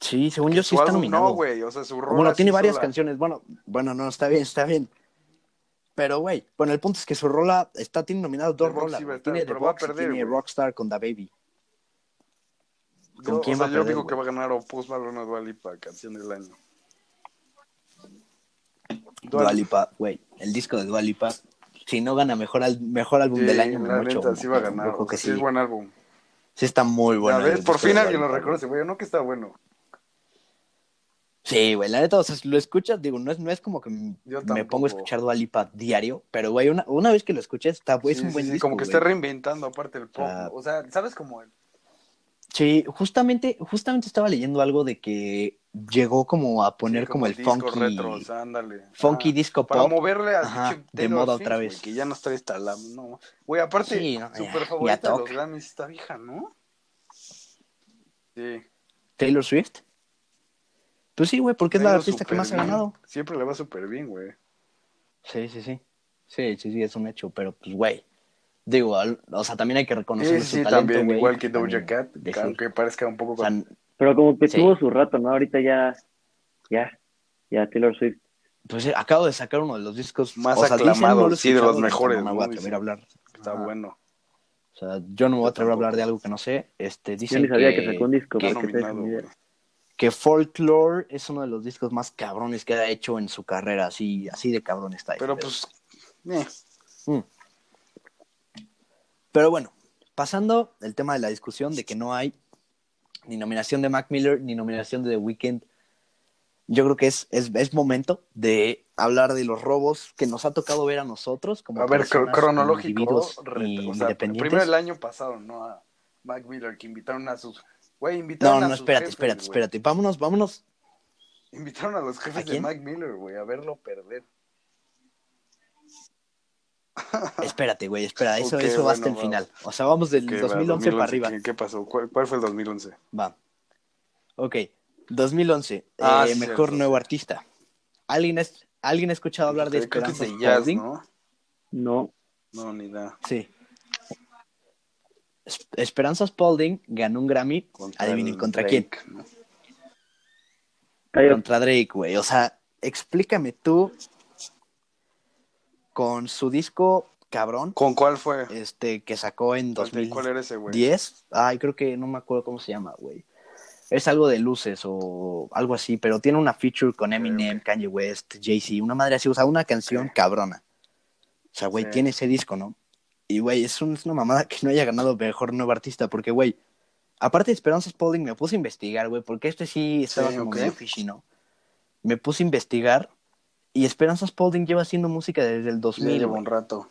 Sí, según yo sí
su
está
álbum
nominado.
no, güey, o sea, su rola
bueno, tiene
sí
varias
sola.
canciones. Bueno, bueno, no, está bien, está bien. Pero güey, bueno, el punto es que su rola está tiene nominadas dos
The Box
rolas.
sí va a
güey.
estar,
tiene The
pero va a
Box y
perder,
tiene
güey.
Rockstar con Da Baby.
Yo,
¿Con quién
o sea,
va a
yo
perder,
digo que va
güey?
a ganar Opus Malone o Dua Lipa, canción del año. Dua
Dua Lipa, güey, el disco de Dua Lipa. Si no gana mejor al mejor álbum
Sí,
del año, me
la
mocho,
neta,
güey.
sí va a
Yo
ganar.
creo
o
que
sea,
sí.
sí es buen álbum.
Sí está muy bueno.
a
el
ver,
disco
por fin
de
alguien lo
Dua Lipa, güey.
reconoce, güey, no que está bueno.
Sí, güey, la neta, o sea, si lo escuchas, digo, no es, no es como que m-
Yo
me
tampoco.
pongo a escuchar Dua Lipa diario, pero güey, una, una vez que lo escuchas, está, güey,
Sí,
es un
sí,
buen
sí,
disco,
como que
güey.
está reinventando aparte el pop.
Ah.
O sea, ¿sabes cómo él?
Sí, justamente, justamente estaba leyendo algo de que llegó como a poner como, el
disco
funky,
retro, o sea, ándale.
funky
Ajá.
disco
Para
pop.
moverle al
Ajá,
pinche
de
Taylor
moda
Swift,
otra
güey,
vez.
que ya no está esta la... No. Güey, aparte,
Sí, no, ya-
super
ya
favorita de los
toca.
Grammys esta vieja, ¿no? Sí.
Taylor Swift. Pues sí, güey, porque es
ha
la
ido
artista que
súper
más ha
bien.
ganado.
Siempre le va súper bien, güey.
Sí, sí, sí. Sí, sí, sí, es un hecho, pero pues, güey, digo, al- o sea, también hay que reconocer
Sí,
su
sí,
talento,
también,
güey,
igual que
también
Doja Cat, que
decir,
aunque parezca un poco...
o sea,
Pero como que
Sí.
tuvo su rato, ¿no? Ahorita ya, ya, ya Taylor Swift.
Pues eh, acabo de sacar uno de los discos
Más
o sea, dicen,
aclamados,
lo he
sí, de los
escuchado,
mejores,
No me
¿no?
voy a
Dicen.
atrever a hablar.
que está
Ajá.
bueno.
O sea, yo no me voy a atrever a hablar
tampoco.
de algo que no sé.
Yo
Este, dicen
ni sabía que,
que,
sacó un disco.
Está
¿por qué te dejas
nominado,
ni idea?
güey.
que Folklore es uno de los discos más cabrones que ha hecho en su carrera. Así, así de cabrón está. ese
Pero
pedo.
pues... eh,
Pero bueno, pasando el tema de la discusión de que no hay ni nominación de Mac Miller ni nominación de The Weeknd. Yo creo que es, es, es momento de hablar de los robos que nos ha tocado ver a nosotros como
A ver, cro-
personas, como
cronológico,
individuos
re-
y
o sea,
independientes.
primero el año pasado, ¿no? A Mac Miller, que invitaron a sus... Güey, invitaron
No,
a
no,
sus
espérate,
jefes,
espérate,
güey.
espérate. Vámonos,
[LAUGHS]
vámonos.
Invitaron a los
¿A
jefes de
quién?
Mac Miller, güey, a verlo perder.
Espérate, güey, espera. Eso,
Ok,
eso va hasta el
bueno, va.
final. O sea, vamos del
Ok, va,
2011, para arriba.
¿Qué, qué pasó? ¿Cuál, cuál fue el 2011?
Va. Ok, 2011.
Ah,
eh,
sí,
mejor
cierto,
nuevo
sí.
artista. ¿Alguien, es, ¿Alguien ha escuchado hablar de
Creo que es
Esperanza
de jazz,
Spalding?
¿no?
No,
No, ni nada.
Sí. Es- Esperanza Spalding ganó un Grammy. Adivinen
el
contra quién.
Drake, ¿no?
cállate.
Contra Drake, güey. O sea, explícame tú con su disco cabrón,
¿Con cuál fue?
este, que sacó en
¿Cuál,
2000.
cuál era ese, güey?
10. Ay, creo que no me acuerdo cómo se llama, güey. Es algo de luces o algo así, pero tiene una feature con Eminem, Kanye West, Jay-Z, una madre así, o sea, una canción cabrona. O sea, güey,
Sí.
tiene ese disco, ¿no? Y, güey, es, un- es una mamada que no haya ganado mejor nuevo artista, porque, güey, aparte de Esperanza Spalding, me puse a investigar, güey, porque este sí estaba
Sí,
como
ok.
medio fishy, ¿no? Me puse a investigar y Esperanza Spalding lleva haciendo música desde el
Sí,
2000,
llevo
güey.
un rato.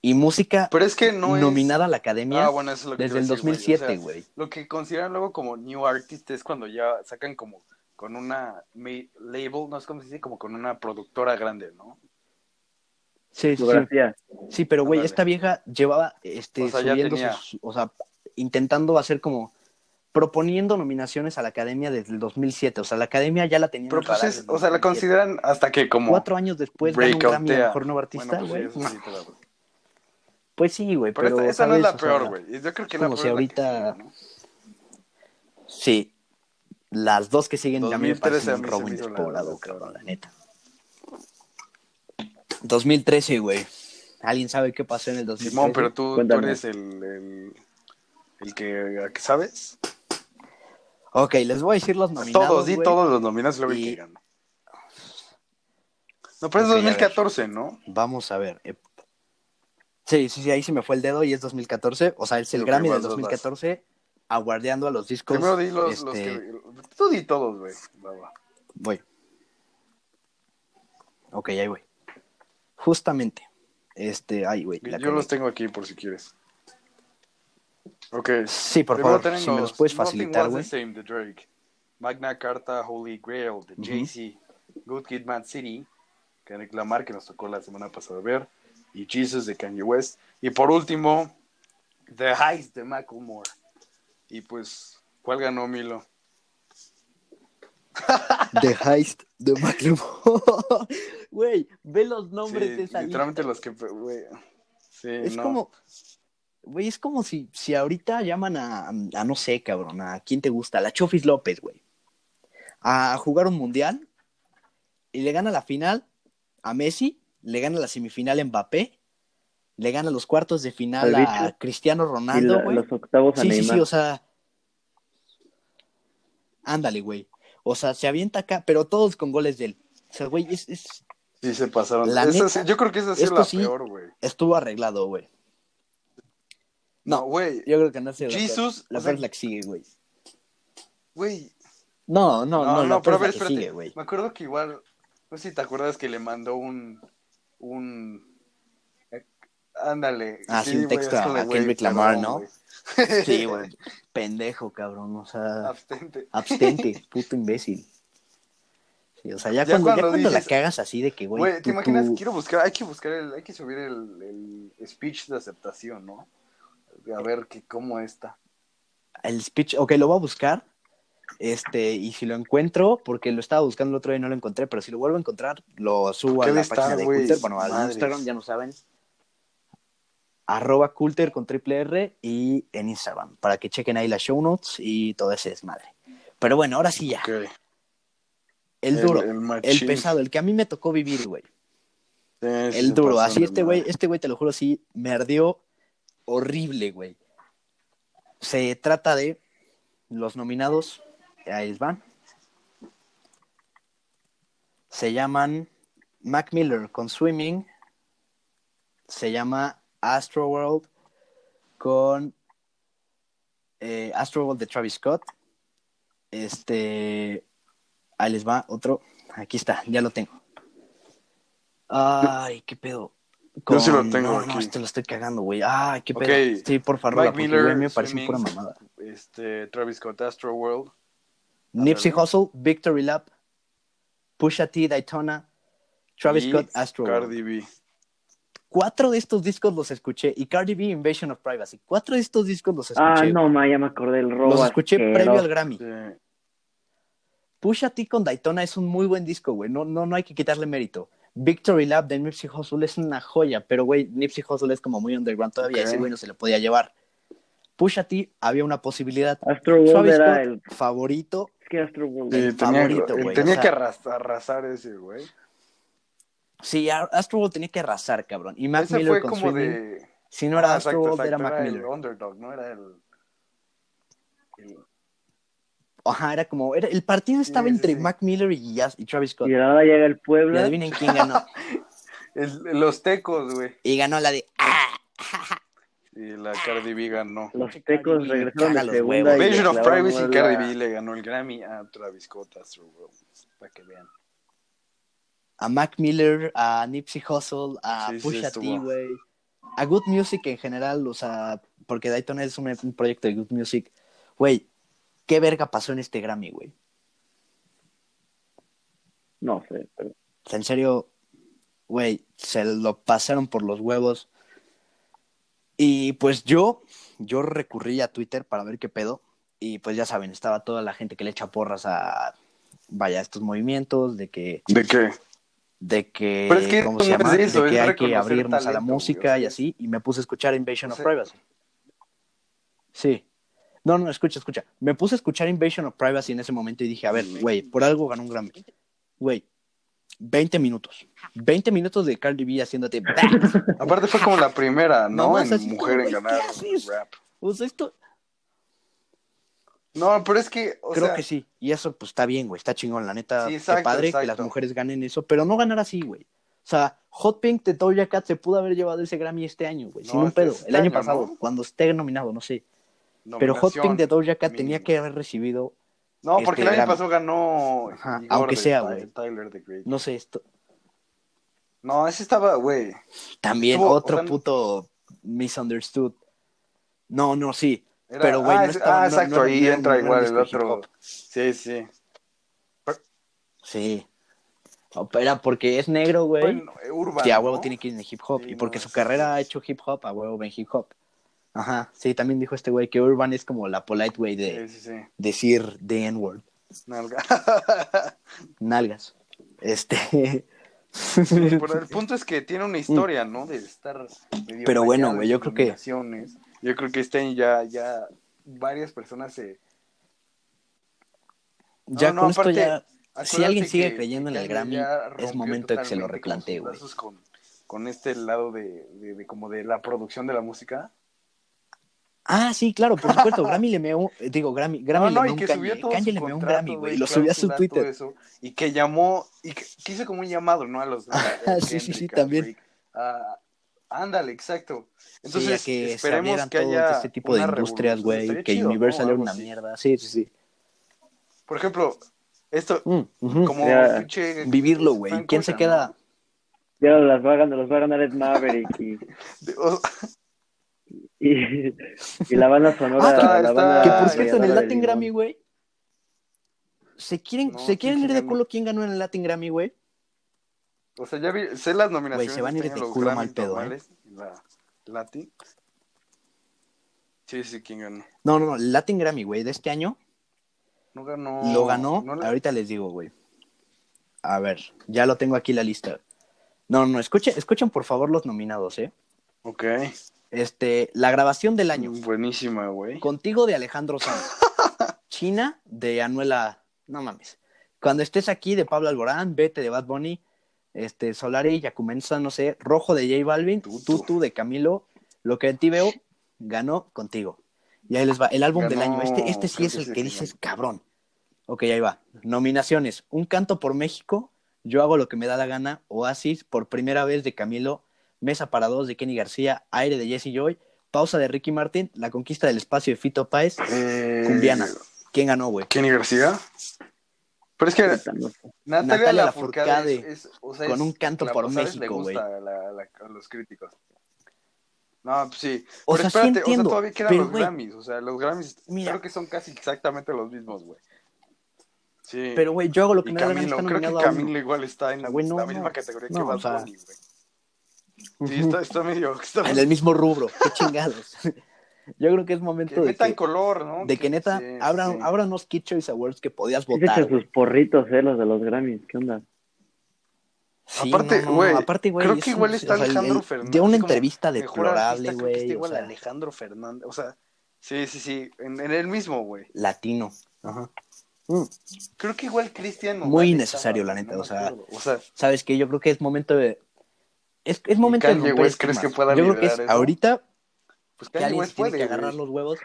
Y música
Pero es que no es...
nominada a la academia
Ah, bueno, eso es lo que
desde
te iba
el
a decir, güey. O
2007,
sea,
güey.
Lo que consideran luego como new artist es cuando ya sacan como con una ma- label, no es como se dice, como con una productora grande, ¿no?
Sí, sí, sí.
Geografía.
Sí, pero güey,
Ándale.
esta vieja llevaba este,
O sea, ya
subiendo
tenía.
sus- O sea, intentando hacer como. proponiendo nominaciones a la academia desde el 2007. O sea, la academia ya la tenía.
Pero pues
enredada
es,
desde el
o sea, la
2007.
consideran hasta que como...
Cuatro años después ganó un
breakoutea.
Grammy a mejor nuevo artista,
Bueno,
güey.
pues, eso sí te la doy.
Pues sí, güey,
Pero,
pero.
esta- esa no
¿sabes?
es la
O sea,
peor, güey. Yo creo que
es
la
como si
peor es la que
ahorita-
sigue, ¿no?
Sí. Las dos que siguen a mí me
2013
parecen
a
un
mí se
robo
me hizo la-
despoblado,
la-
cabrón, la neta. 2013, güey. ¿Alguien sabe qué pasó en el 2013?
Simón, pero tú, tú
Cuéntame.
eres el, el, el que, que sabes.
Ok, les voy a decir los nominados,
todos, di
güey.
todos los nominados y luego el
Y-
que gana. No, pero es
Ok, a ver.
2014, ¿no?
Vamos a ver. eh, Sí, sí, sí, ahí se me fue el dedo y es 2014. O sea, es el
Ok,
Grammy
vas,
del
vas,
2014, aguardeando a los discos.
Primero di los, los
este,
que. Tú di todos, güey. Va, va.
Voy. Ok, ahí voy. Justamente. Este, ay, güey. la
Yo los
cagué.
tengo aquí por si quieres. Ok.
Sí, por
Primero
favor, si me
tengo
los puedes
Nothing
facilitar,
Was the
güey.
Same de Drake. Magna Carta Holy Grail de Jay-Z, Good Kid Mad City, que Kendrick Lamar, que nos tocó la semana pasada ver, y Jesus de Kanye West. Y por último, The Heist de Macklemore. Y pues, ¿cuál ganó Milo?
The Heist de Macklemore. [LAUGHS] Güey, ve los nombres
Sí,
de esa
literalmente
lista.
los que... güey, sí,
Es
no.
como. Güey, es como si, si ahorita llaman a, a no sé, cabrón, a quién te gusta, a la Chofis López, güey. A jugar un mundial y le gana la final a Messi, le gana la semifinal a Mbappé, le gana los cuartos de final
Al
a
bicho.
Cristiano
y
Ronaldo,
la-
güey.
los octavos a
Sí, sí,
Neymar.
sí, o sea. Ándale, güey. O sea, se avienta acá, pero todos con goles de él. O sea, güey, es- es-
Sí, se pasaron.
La
Esa
neta,
sí- yo creo que esa ha sido
esto
la
sí-
peor, güey.
estuvo arreglado, güey. No,
No, güey.
Yo creo que no se
Jesus,
La
o sea-
peor es la que sigue, güey.
Güey.
No, no, no,
No, no,
la
pero
peor
a ver,
es la que
espérate.
sigue,
[LAUGHS]
güey.
Me acuerdo que igual, no sé si te acuerdas que le mandó un, un, eh, ándale.
Ah, sí, un
güey,
texto a-
ándale,
a
güey,
Kendrick Lamar,
cabrón,
¿no?
güey.
Sí, güey. Pendejo, cabrón. O sea,
Abstente.
abstente,
[LAUGHS]
puto imbécil. Sí, o sea, ya,
Ya
cuando, ya
cuando
cuando
dices-
la cagas así de que, güey.
Güey, ¿te
tú-
imaginas?
tú-
Quiero buscar, hay que buscar, el, hay que subir el, el speech de aceptación, ¿no? A ver que, cómo está.
El speech, ok, lo voy a buscar. Este, y si lo encuentro, porque lo estaba buscando el otro día y no lo encontré, pero si lo vuelvo a encontrar, lo subo a
¿Qué
la
debe
página
estar,
de
güey?
Culter. Bueno, al
Madres.
Ah, Instagram, ya no saben. Arroba Culter con triple R y en Instagram, para que chequen ahí las show notes y todo ese desmadre. Pero bueno, ahora sí ya.
Ok. Eh,
El duro, el,
El, machín.
pesado, el que a mí me tocó vivir, güey.
Sí, sí,
El
se
duro,
pasan
así
de
este
madre.
güey, este güey te lo juro, sí, me ardió horrible, güey. Se trata de los nominados, ahí les van. Se llaman Mac Miller con Swimming, se llama Astroworld con eh, Astroworld de Travis Scott. Este, ahí les va otro, aquí está, ya lo tengo. Ay, qué pedo.
Yo sí lo tengo
No, no,
aquí.
este lo estoy cagando, güey. Ay, qué pedo.
Ok.
Sí, por favor,
Mac
porque
Miller,
güey, me parece
Swimming.
pura mamada.
Este, Travis Scott, Astro World.
Nipsey
ver.
Hussle, Victory Lap, Pusha T, Daytona, Travis
y
Scott, Astro. World.
Cardi B.
Cuatro de estos discos los escuché y Cardi B, Invasion of Privacy. Cuatro de estos discos los escuché.
Ah,
güey.
no, ma, ya me acordé el robo.
los escuché previo al
asqueroso.
Grammy.
Sí.
Pusha T con Daytona es un muy buen disco, güey. No, no, no hay que quitarle mérito. Victory Lap de Nipsey Hussle es una joya, pero güey, Nipsey Hussle es como muy underground todavía.
Ok.
Ese güey no se le podía llevar. Pusha T había una posibilidad.
Astro World
Travis
era
Scott,
el.
favorito.
¿Qué Astro World?
Sí,
el
tenía,
favorito, güey,
tenía
o sea.
que arras- arrasar ese, güey.
Sí, Ar- Astroworld tenía que arrasar, cabrón. Y Mac
Ese
Miller
fue
con
como
Swimming.
de.
Si no era
Ah, exacto,
Astroworld,
exacto,
era Mac Miller.
el underdog, ¿no? Era el. el-
Ajá, era como. Era, el partido estaba
Sí, sí,
entre
sí.
Mac Miller y, Yas- y Travis Scott.
Y ahora llega el
Y
pueblo.
adivinen quién ganó.
el- los tecos, güey.
Y ganó la de. ¡Ah!
Y la Cardi B ganó.
Los
Cardi
tecos
B
regresaron
caga
de
los
segunda.
huevos.
y le
Invasion of
clavaron
Privacy y
la-
Cardi B le ganó el Grammy a Travis Scott, Astro World. Para que vean.
A Mac Miller, a Nipsey Hussle, a
Sí, sí,
Pusha T,
estuvo.
güey. A Good Music en general, o sea, porque Dayton es un, un proyecto de Good Music. Güey, ¿qué verga pasó en este Grammy, güey?
No sé, pero.
O sea, en serio, güey, se lo pasaron por los huevos. Y pues yo, yo recurrí a Twitter para ver qué pedo. Y pues ya saben, estaba toda la gente que le echa porras a, vaya, estos movimientos, de que,
¿De qué?
de que,
Pero es que
¿cómo
no
se llama?
es eso,
de que
es
hay que
reconocer
abrirnos a la
talento,
música
güey, o sea,
y así. Y me puse a escuchar Invasion
o
of
sea-
Privacy. Sí. No, no, escucha, escucha. Me puse a escuchar Invasion of Privacy en ese momento y dije, a ver, güey, por algo ganó un Grammy. Güey, 20 minutos. 20 minutos de Cardi B haciéndote... [LAUGHS]
Aparte fue como la primera, ¿no?
Nomás
En
así como,
mujer en
güey, ¿qué
ganar
haces?
rap.
O sea, esto...
No, pero es que, o
Creo
sea,
que sí. Y eso, pues, está bien, güey. Está chingón, la neta.
Sí,
qué
exacto,
padre que
exacto.
las mujeres ganen eso, pero no ganar así, güey. O sea, Hot Pink de Doja Cat se pudo haber llevado ese Grammy este año, güey.
No,
sin un
este-
pedo.
este
el año
año,
pasado,
¿no?
cuando esté nominado, no sé. Pero Hot
nominación.
Pink de Doja Cat
mínimo.
tenía que haber recibido,
No, porque el
este,
año
Grammy.
pasado ganó
Ajá,
Igor
aunque
de
sea,
Ty-
güey.
Tyler the Creator.
no sé, esto.
No, ese estaba, güey.
También
Estuvo-
otro
o sea,
puto misunderstood. No, no, sí.
Era-
Pero, güey,
ah,
no
es-
estaba-
ah,
no-
exacto,
no
ahí
era un
entra
gran
igual el
disco de hip
otro.
hop.
Sí, sí.
Sí. No, pero Era porque es negro, güey.
Bueno, eh, urbano.
Sí, a huevo
¿no?
tiene que ir en el hip hop.
Sí,
y porque
no,
su
sí,
carrera
sí.
ha hecho hip hop, a huevo ven hip hop. Ajá, sí, también dijo este güey que Urban es como la polite way de
Sí, sí, sí.
decir the N-word.
Nalga. [LAUGHS]
Nalgas. Este.
Pero el punto es que tiene una historia, ¿no? De estar. medio
Mm. Pero bueno,
rayado
güey,
en
yo
sus
creo que-
nominaciones. Yo creo que este año ya, ya varias personas se.
[LAUGHS] ya
No, no,
con esto
aparte,
ya. Si
Acuérdate
alguien sigue
que-
creyendo en
que
el
Kanye
Grammy,
ya
es
rompió
momento de que se lo
totalmente con sus
replantee, güey.
lazos Con, con este lado de, de- de como de la producción de la música.
Ah, sí, claro, por supuesto.
[LAUGHS]
Grammy le meó. eh, Digo, Grammy, Grammy
no, no,
le meó
y
un
que subió
Kanye.
todo
Kanye
su
le meó un
contrato,
Grammy, güey. Y lo
claro,
subió a su
todo
Twitter.
eso, y que llamó, y que, que hizo como un llamado, ¿no?
[LAUGHS]
A los. a
Ah, sí, sí, sí,
Kendrick, a
también.
Drake, a- ándale, exacto.
Entonces,
Entonces,
que se
esperemos
abrieran
que
todo
haya
este tipo de
una
industrias,
revolución.
güey.
Estaría
Que
chido,
Universal
¿no?
era
Algo
una
así.
mierda. Sí, sí, sí.
Por ejemplo, esto,
Mm, ujú.
como
Ya-
pinche-
Vivirlo,
es
güey.
fan
¿Quién se
cosa,
queda?
¿no?
Ya las va a ganar, los va a ganar Ed Maverick y,
De- o-
y, y la banda sonora.
Ah,
la
está-
banda
Que por
Ah,
cierto, en
arrolladora
el
de
Latin
limón.
Grammy, güey. Se quieren,
No,
se quieren
¿quién
ir de
ganó?
culo quién ganó en el Latin Grammy, güey.
O sea, ya vi, sé las nominaciones.
Güey, se van a ir
este año,
de
los
culo
Grammys
mal pedo, ¿eh?
normales, La Lati. Sí, sí, ¿quién ganó?
No, no, no, el Latin Grammy, güey, de este año.
No ganó.
lo ganó.
no le-
Ahorita les digo, güey. A ver, ya lo tengo aquí la lista. No, no, escuchen, escuchen por favor los nominados, ¿eh?
Ok.
Este, la grabación del
Mm.
año.
Buenísima, güey.
Contigo de Alejandro Sanz.
[LAUGHS]
China de Anuela. No mames. Cuando estés aquí de Pablo Alborán, Vete de Bad Bunny, este, Solari, Yacumenza, no sé, Rojo de J Balvin,
Tutu.
Tutu, de Camilo, lo que en ti veo, ganó contigo. Y ahí les va, el álbum del
Ganó-
año. Este, este sí
creo
es
que
el
sí,
que
sí,
dices, cabrón. Ok, ahí va. Nominaciones: Un canto por México, Yo hago lo que me da la gana, Oasis, por primera vez de Camilo, Mesa para dos de Kenny García, Aire de Jesse Joy, Pausa de Ricky Martin, La conquista del espacio de Fito Páez,
Eh,
Cumbiana. ¿Quién ganó, güey?
Kenny García. Pero es que
Puta, no sé.
Natalia,
Natalia
Lafourcade
Lafourcade,
es, es- o sea,
con
es-
un canto
la-
por
o sabes, le
México, güey.
gusta la- la- a los críticos. No, pues sí.
O
pero
sea, sí
espérate, o
entiendo,
sea, todavía quedan
pero,
los
güey,
Grammys. O sea, los Grammys
mira.
creo que son casi exactamente los mismos, güey. Sí.
Pero, güey, Yo hago lo que
y
me da la gana
Camilo,
está
creo que
nominado a uno.
Camilo igual está en
Ah, güey, no,
la misma
no.
categoría que
No,
Bad
o sea,
Bunny, güey. Sí, está, está medio...
[LAUGHS]
Está
En el mismo rubro, qué chingados. [LAUGHS] Yo creo que es
que
momento de
metan
que,
color, ¿no?
de que neta
sí,
abran,
sí.
abran unos Kid Choice Awards que podías
Sí se echan
votar. güey.
sus porritos, eh, los de los Grammys. ¿Qué onda?
Sí,
Aparte,
no, no, no,
güey,
aparte, güey,
creo que
es un-
igual está
o sea, el-
Alejandro
el-
Fernández
De una
como
entrevista
Mejor artista,
deplorable,
creo que está
güey. O
igual
sea,
Alejandro Fernández. O sea, sí, sí, sí. En, en el mismo, güey. Mm.
latino.
Creo que igual Cristian. Nodal
Muy
estaba,
innecesario, la
güey,
neta,
no me
o sea,
acuerdo. O sea,
¿Sabes qué? Yo creo que es momento de. Es, es momento
Kanye
de. romper
West, ¿crees
esquemas.
que pueda
Yo creo que es
liberar eso?
ahorita
pues
que
Kanye
alguien
West
se tiene
puede.
que agarrar
güey.
los huevos.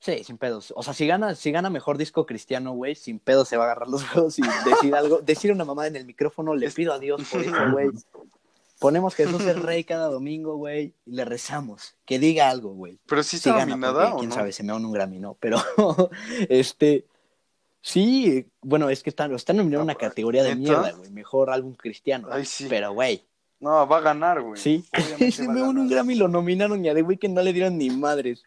Sí, sin pedos. O sea, si gana, si gana mejor disco cristiano, güey, sin pedos se va a agarrar los
[LAUGHS]
huevos y decir algo. Decir una mamada en el micrófono, le pido a Dios por
[LAUGHS]
eso, güey. Ponemos Jesús es rey cada domingo, güey, y le rezamos. Que diga algo, güey.
Pero sí
Si
está
gana,
nominada
porque
o
quién
no.
sabe, se me da un Grammy, ¿no? Pero, [LAUGHS] este, sí, bueno, es que están, están nominando una categoría de
¿Neta?
mierda, güey. Mejor álbum cristiano.
Ay, sí.
Pero, güey,
No, va a ganar,
[LAUGHS]
güey.
Sí,
pues, Obviamente
se
va a
me un
ganar.
Grammy lo nominaron y a The Weeknd no le dieron ni madres.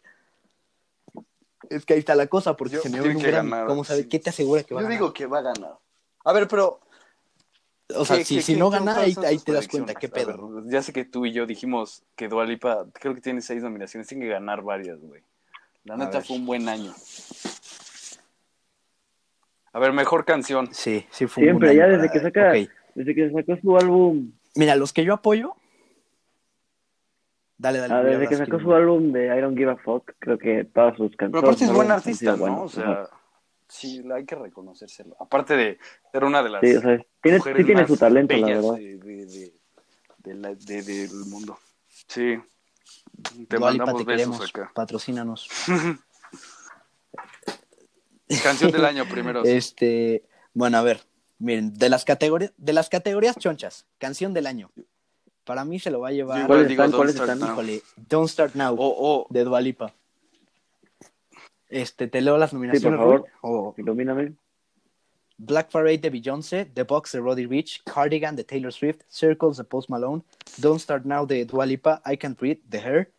Es que ahí está la cosa, porque
Yo-
se me
tiene
un
que
Grammy.
ganar,
¿Cómo sabes?
sí.
¿Qué te asegura que va a
Yo
ganar?
digo que va a ganar. A ver, pero.
o sea,
¿qué-
si,
qué-
si
qué-
no
qué-
gana,
cuáles
ahí,
son
ahí
sus
te das cuenta, qué
predicciones?
pedo.
A ver, ya sé que tú y yo dijimos que Dualipa creo que tiene seis nominaciones, tiene que ganar varias, güey. La
A
neta
ver.
fue un buen año. A ver, mejor canción.
Sí, sí fue un
Siempre,
buen
ya
año
desde que
para-
saca,
Ok.
desde que sacó su álbum,
Mira, los que yo apoyo. Dale, dale.
ah,
voy a
desde que
hablar,
sacó
sí.
su álbum de I Don't Give a Fuck, creo que todas sus
Pero
canciones.
aparte es buen
han
artista,
sido
¿no? O
buenas, ajá.
sea, sí, hay que reconocérselo. Aparte de ser una de las
sí, o sea, tiene,
mujeres
sí tiene
más
su talento, la
bellas
verdad.
de- de- de- de la- de- del mundo. Sí.
Dua
Te
Lipa,
mandamos
te
besos
queremos.
acá.
Patrocínanos.
Canción del año
[LAUGHS]
primero.
Este, bueno, a ver, miren, de las categorías, de las categorías chonchas, canción del año. Para mí se lo va a
Yo
llevar.
igual
¿Cuáles
digo
están?
Don't
¿Cuáles
Start
están?
Now.
Híjole, Don't Start Now
Oh.
O, o,
de Dualipa. Este, te leo las nominaciones.
Sí, por favor.
Rui? O
Ilumíname.
Black Parade de Beyoncé, The Box de Roddy Rich, Cardigan de Taylor Swift, Circles de Post Malone, Don't Start Now de Dualipa, I Can't Breathe de Her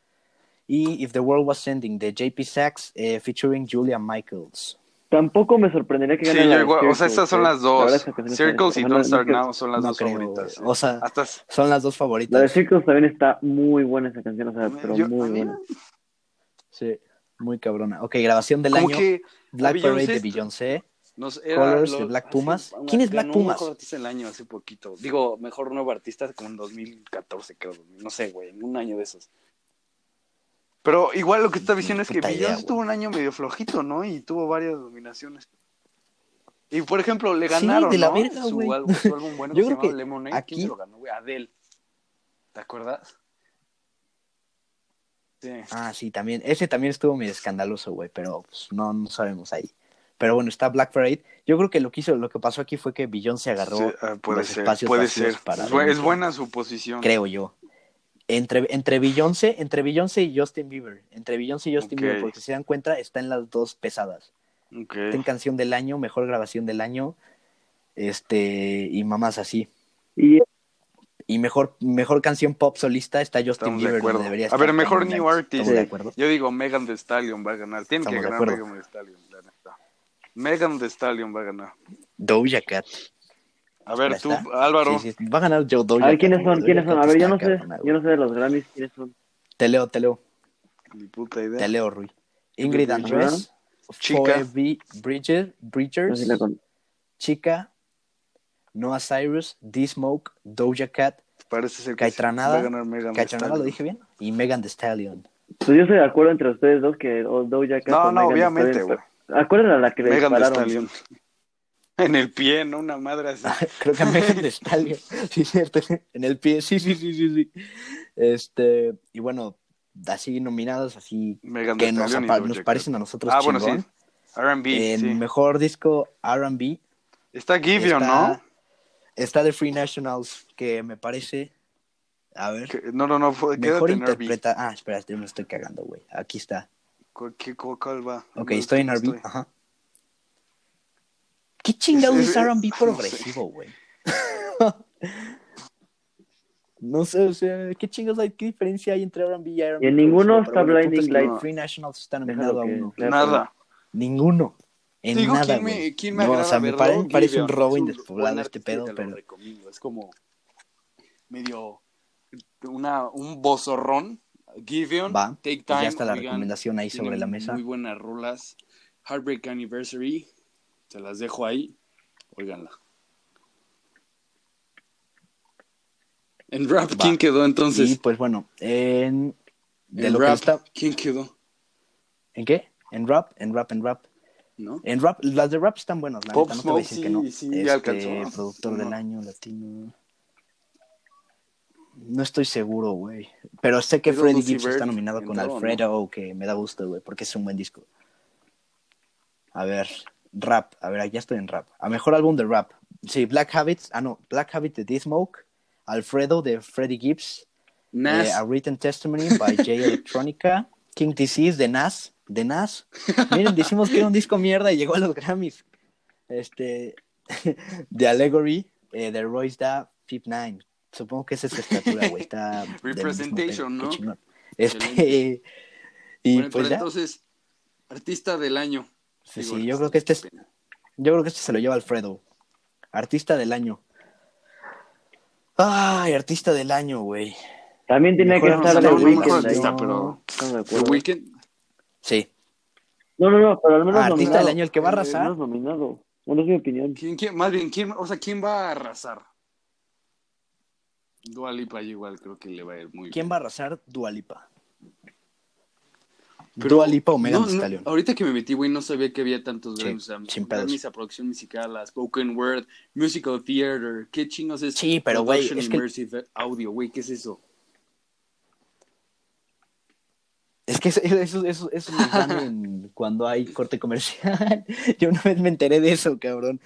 y If the World Was Ending de JP Sachs eh, featuring Julia Michaels.
Tampoco me sorprendería que
Sí,
ganara la
yo
de
igual, o sea,
Circles,
esas son
eh.
las
La verdad,
dos.
esa canción está-
Circles y
ajá, no,
Don't
no
Start
creo-
Now son las
no
dos
creo,
favoritas. Ah.
güey. O sea,
hasta s-
Son las dos
La de
favoritas.
Circles también está muy buena esa canción, o sea, pero
yo-
muy
a mí-
buena.
Sí, muy cabrona. Ok, grabación del
Como
año.
que
Black
a
Parade
Beyoncé-
de Beyoncé.
nos era
Colors de Black
hace-
Pumas.
ah,
¿Quién es Black
ganó
Pumas?
Mejor artista del año hace poquito. Digo, mejor nuevo artista como en 2014, creo. No sé, güey, en un año de esos.
Pero igual lo que está diciendo es que
Puta idea,
Beyoncé
güey.
tuvo un año medio flojito, ¿no? Y tuvo varias nominaciones. Y por ejemplo, le
Sí,
ganaron
de la
¿no?
verga,
su,
güey.
álbum,
[LAUGHS]
su álbum bueno
Yo
que se
creo que
llamaba Lemonade, ¿quién
aquí-
se lo ganó, güey? Adele. ¿Te acuerdas? Sí.
Ah, sí, también. Ese también estuvo medio escandaloso, güey, pero pues, no, no sabemos ahí. Pero bueno, está Black Parade. Yo creo que lo que hizo, lo que pasó aquí fue que Beyoncé agarró,
Sí, ah, puede
los
ser,
espacios
puede
vacíos
ser.
para
es, bu- es
Beyoncé.
buena su posición.
creo yo. Entre, entre Beyoncé, entre Beyoncé y Justin Bieber. Entre Beyoncé y Justin
Ok.
Bieber, porque si se dan cuenta, está en las dos pesadas.
Ok.
Está en canción del año, mejor grabación del año, este, y mamás así.
Y
Y mejor, mejor canción pop solista está Justin
Estamos de
Bieber. donde
acuerdo.
debería
A
estar
ver, mejor
Cameron
New
Diaz.
Artist.
¿Estamos de
Sí.
acuerdo?
Yo digo, Megan Thee Stallion va a ganar. Tiene
Estamos de
que ganar
acuerdo.
Megan Thee Stallion, la neta. Megan Thee Stallion va a ganar.
Doja Cat.
A ver,
¿Ya
tú,
está?
Álvaro.
Sí, sí, va a ganar Joe Doja
a ver
Cat,
quiénes
güey.
son,
Doja
quiénes
Cat
son. A ver, yo
está
no sé,
cabrona,
yo
güey.
no sé de los Grammys quiénes son.
Te leo, te leo,
Mi puta idea.
te leo, Rui. Ingrid
Ajá.
Andrés,
Chica.
Phoebe Bridger,
No sé
Bridgers,
si la con-
Chica, Noah Cyrus, D-Smoke, Doja Cat,
Parece ser que sí.
Caitranada.
va a ganar Megan Thee
Cachonada,
Stallion.
¿lo dije bien? Y Megan Thee Stallion. [LAUGHS]
Pues yo estoy de acuerdo entre ustedes dos que o Doja Cat
No,
o
no,
Megan Thee
obviamente,
Stallion,
güey.
pero- Acuérdense a la que le
Megan Thee
dispararon.
Stallion. [LAUGHS] En el pie, ¿no? Una madre
[LAUGHS]
así.
Creo que a Megan Thee Stallion. [LAUGHS] Sí, cierto. En el pie, sí, sí, sí, sí, sí. Este, y bueno, así nominadas, así
Megan Thee
que nos,
Stallion. y
apa-
Doja
nos
Cat.
parecen a nosotros
Ah, bueno,
chingón. Eh,
sí. R&B,
En
sí.
mejor disco R&B
Está Givion,
está-
¿no?
está The Free Nationals, que me parece. A ver.
Que- No, no, no, fue-
mejor
quédate en R&B.
interpreta. Ah, espera, yo me estoy cagando, güey. Aquí está.
¿Cu- qué- cu- ¿Cuál va?
Ok,
No,
estoy en
no
R&B.
estoy.
Ajá. ¿Qué chingados
Es-
es,
es-
R&B
no sé.
progresivo, güey? [LAUGHS] no sé, o sea, ¿qué chingados hay? ¿Qué diferencia hay entre R&B y R&B?
En ninguno
progresivo?
está
Pero bueno, el punto es
Blinding
que
Lights.
Free Nationals está nominado
Déjalo
a
que-
uno.
claro,
Nada.
Ninguno. En
Digo,
nada,
¿quién me-
güey.
quién me
No, o
agrada
sea, me,
verlo?
pare- me parece un
Gideon,
robo
es un buen
indespoblado este
artista y
pedo,
te lo
pero...
recomiendo. Es como medio una, un bozorrón. Giveon,
Va,
Take
pues
Time,
ya está la
Oigan,
recomendación ahí
tiene
sobre la mesa.
Muy buenas rolas. Heartbreak Anniversary, se las dejo ahí. Oiganla. En rap,
Va.
¿quién quedó entonces?
Y pues bueno, en... De
en
lo
rap,
que está...
¿quién quedó?
¿En qué? En rap, en rap, en rap.
¿No?
En rap, las de rap están buenas, la
Pop
neta, no te voy a
Smoke
decir
sí-
que
sí
no. Este,
alcanzó.
productor
¿O no?
del año latino. No estoy seguro, güey. Pero sé que
Pero
Freddie
Lucy
Gibbs
Bird
está nominado con
entró, ¿no?
Alfredo, que me da gusto, güey, porque es un buen disco. A ver, rap, a ver, ya estoy en rap. A mejor álbum de rap. Sí, Black Habits, ah no, Black Habit de D-Smoke, Alfredo de Freddie Gibbs,
Nas.
eh, A Written Testimony by J
[LAUGHS]
Electronica, King Disease de Nas, de Nas. Miren, decimos que era un disco mierda y llegó a los Grammys. Este, [LAUGHS] de Allegory, eh, de Royce Da, Pip Nine. Supongo que esa es su estatura, güey.
[LAUGHS]
Está del mismo pedo,
Representation,
qué
¿no?
chingón. Este, y
Bueno,
pues
pero
ya,
entonces, artista del año.
Sí,
Digo,
sí, yo creo que este es- yo creo que este se lo lleva Alfredo. Artista del año. Ay, artista del año, güey.
También tenía que
Mejor
estar The
no, no,
Weeknd
mejor
ahí.
artista,
pero-
Estamos de
The
acuerdo.
Weeknd.
Sí.
No, no, no, pero al menos
Ah, artista
nominado.
del año, el que va a arrasar.
Al menos nominado. Bueno, es mi opinión.
¿Quién, quién- más bien, ¿quién, o sea, ¿quién va a arrasar? Dua Lipa igual creo que le va a ir muy
¿Quién
bien.
va a arrasar? Dualipa.
Pero-
Dualipa o Megan
No,
Thee
no,
Stallion.
ahorita que me metí, güey, no sabía que había tantos
Sí,
Grammys. O sea,
sin pedos.
Grammys a producción musical, a spoken word, musical theater. ¿Qué chingos es?
Sí, pero, güey,
Production
es que-
Immersive Audio, güey, ¿qué es eso?
Es que eso, eso, eso, eso nos dan en- cuando hay corte comercial. [LAUGHS] Yo una vez me enteré de eso, cabrón.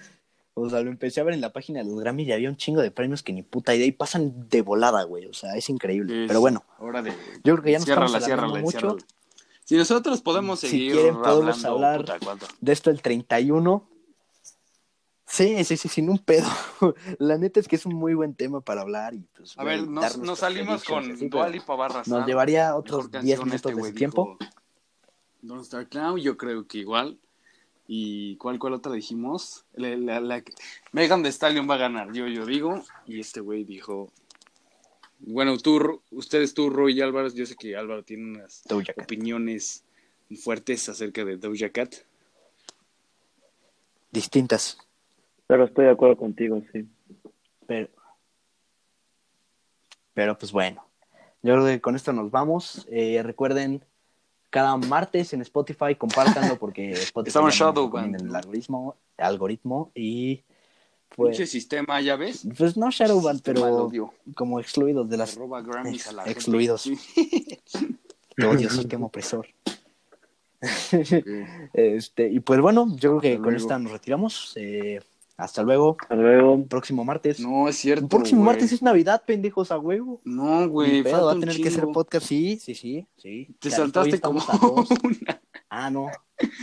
O sea, lo empecé a ver en la página de los Grammy y había un chingo de premios que ni puta idea y pasan de volada, güey. O sea, es increíble.
Es
Pero bueno,
Hora de.
yo creo que ya nos
Ciérrala,
estamos alargando
ciérrala,
mucho.
ciérrala. Si nosotros podemos
Si
seguir
quieren, podemos
hablando,
hablar-
puta, ¿cuánto?
de esto el 31. Sí, sí, sí, sin un pedo. [LAUGHS] La neta es que es un muy buen tema para hablar y pues.
A
güey,
ver,
dar
nos, nos
nuestras
salimos
predictions,
con
pero
Dual y Pavarras.
Nos llevaría otros 10
este
minutos de tiempo.
Don't Start Now, yo creo que igual. ¿Y cuál, cuál otra dijimos? La, la- la que- Megan de Stallion va a ganar, yo, yo digo. Y este güey dijo. Bueno, tú, Ru- ustedes, tú, Roy y Álvaro, yo sé que Álvaro tiene unas
Doja Cat.
opiniones fuertes acerca de Doja Cat.
Distintas.
Pero estoy de acuerdo contigo, sí.
Pero, pero pues bueno, yo creo que con esto nos vamos. Eh, recuerden, cada martes en Spotify,
[LAUGHS]
compártanlo porque Spotify
Estamos
ya no nos
Shadowban,
recomienda el
¿no?
algoritmo, algoritmo y
Pinche
pues,
sistema, ya ves.
pues no Shadowban,
Mal
pero
odio.
como excluidos de las
Roba Grammys
ex-
a la gente.
excluidos.
Sí.
que odio
[LAUGHS]
sistema opresor. [LAUGHS] este, y pues bueno, yo creo que
Hasta
con
luego.
esta nos retiramos. Eh, hasta luego,
Hasta luego.
próximo martes.
No, es cierto.
El próximo
güey.
martes es Navidad, pendejos, a huevo.
No,
Ni
güey.
pedo,
falta
va a
un
tener que ser
chingo.
podcast, sí, sí, sí, sí.
Te
Clarito, hoy
saltaste como
estamos a dos.
[LAUGHS] una.
Ah, no,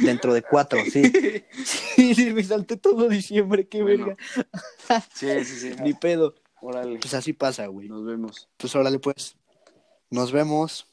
dentro de cuatro,
[LAUGHS]
sí. Sí, sí, me salté todo diciembre, qué
Bueno.
verga. [LAUGHS]
Sí, sí, sí.
Ni pedo.
Órale.
Pues así pasa, güey.
Nos vemos.
Pues órale, pues. Nos vemos.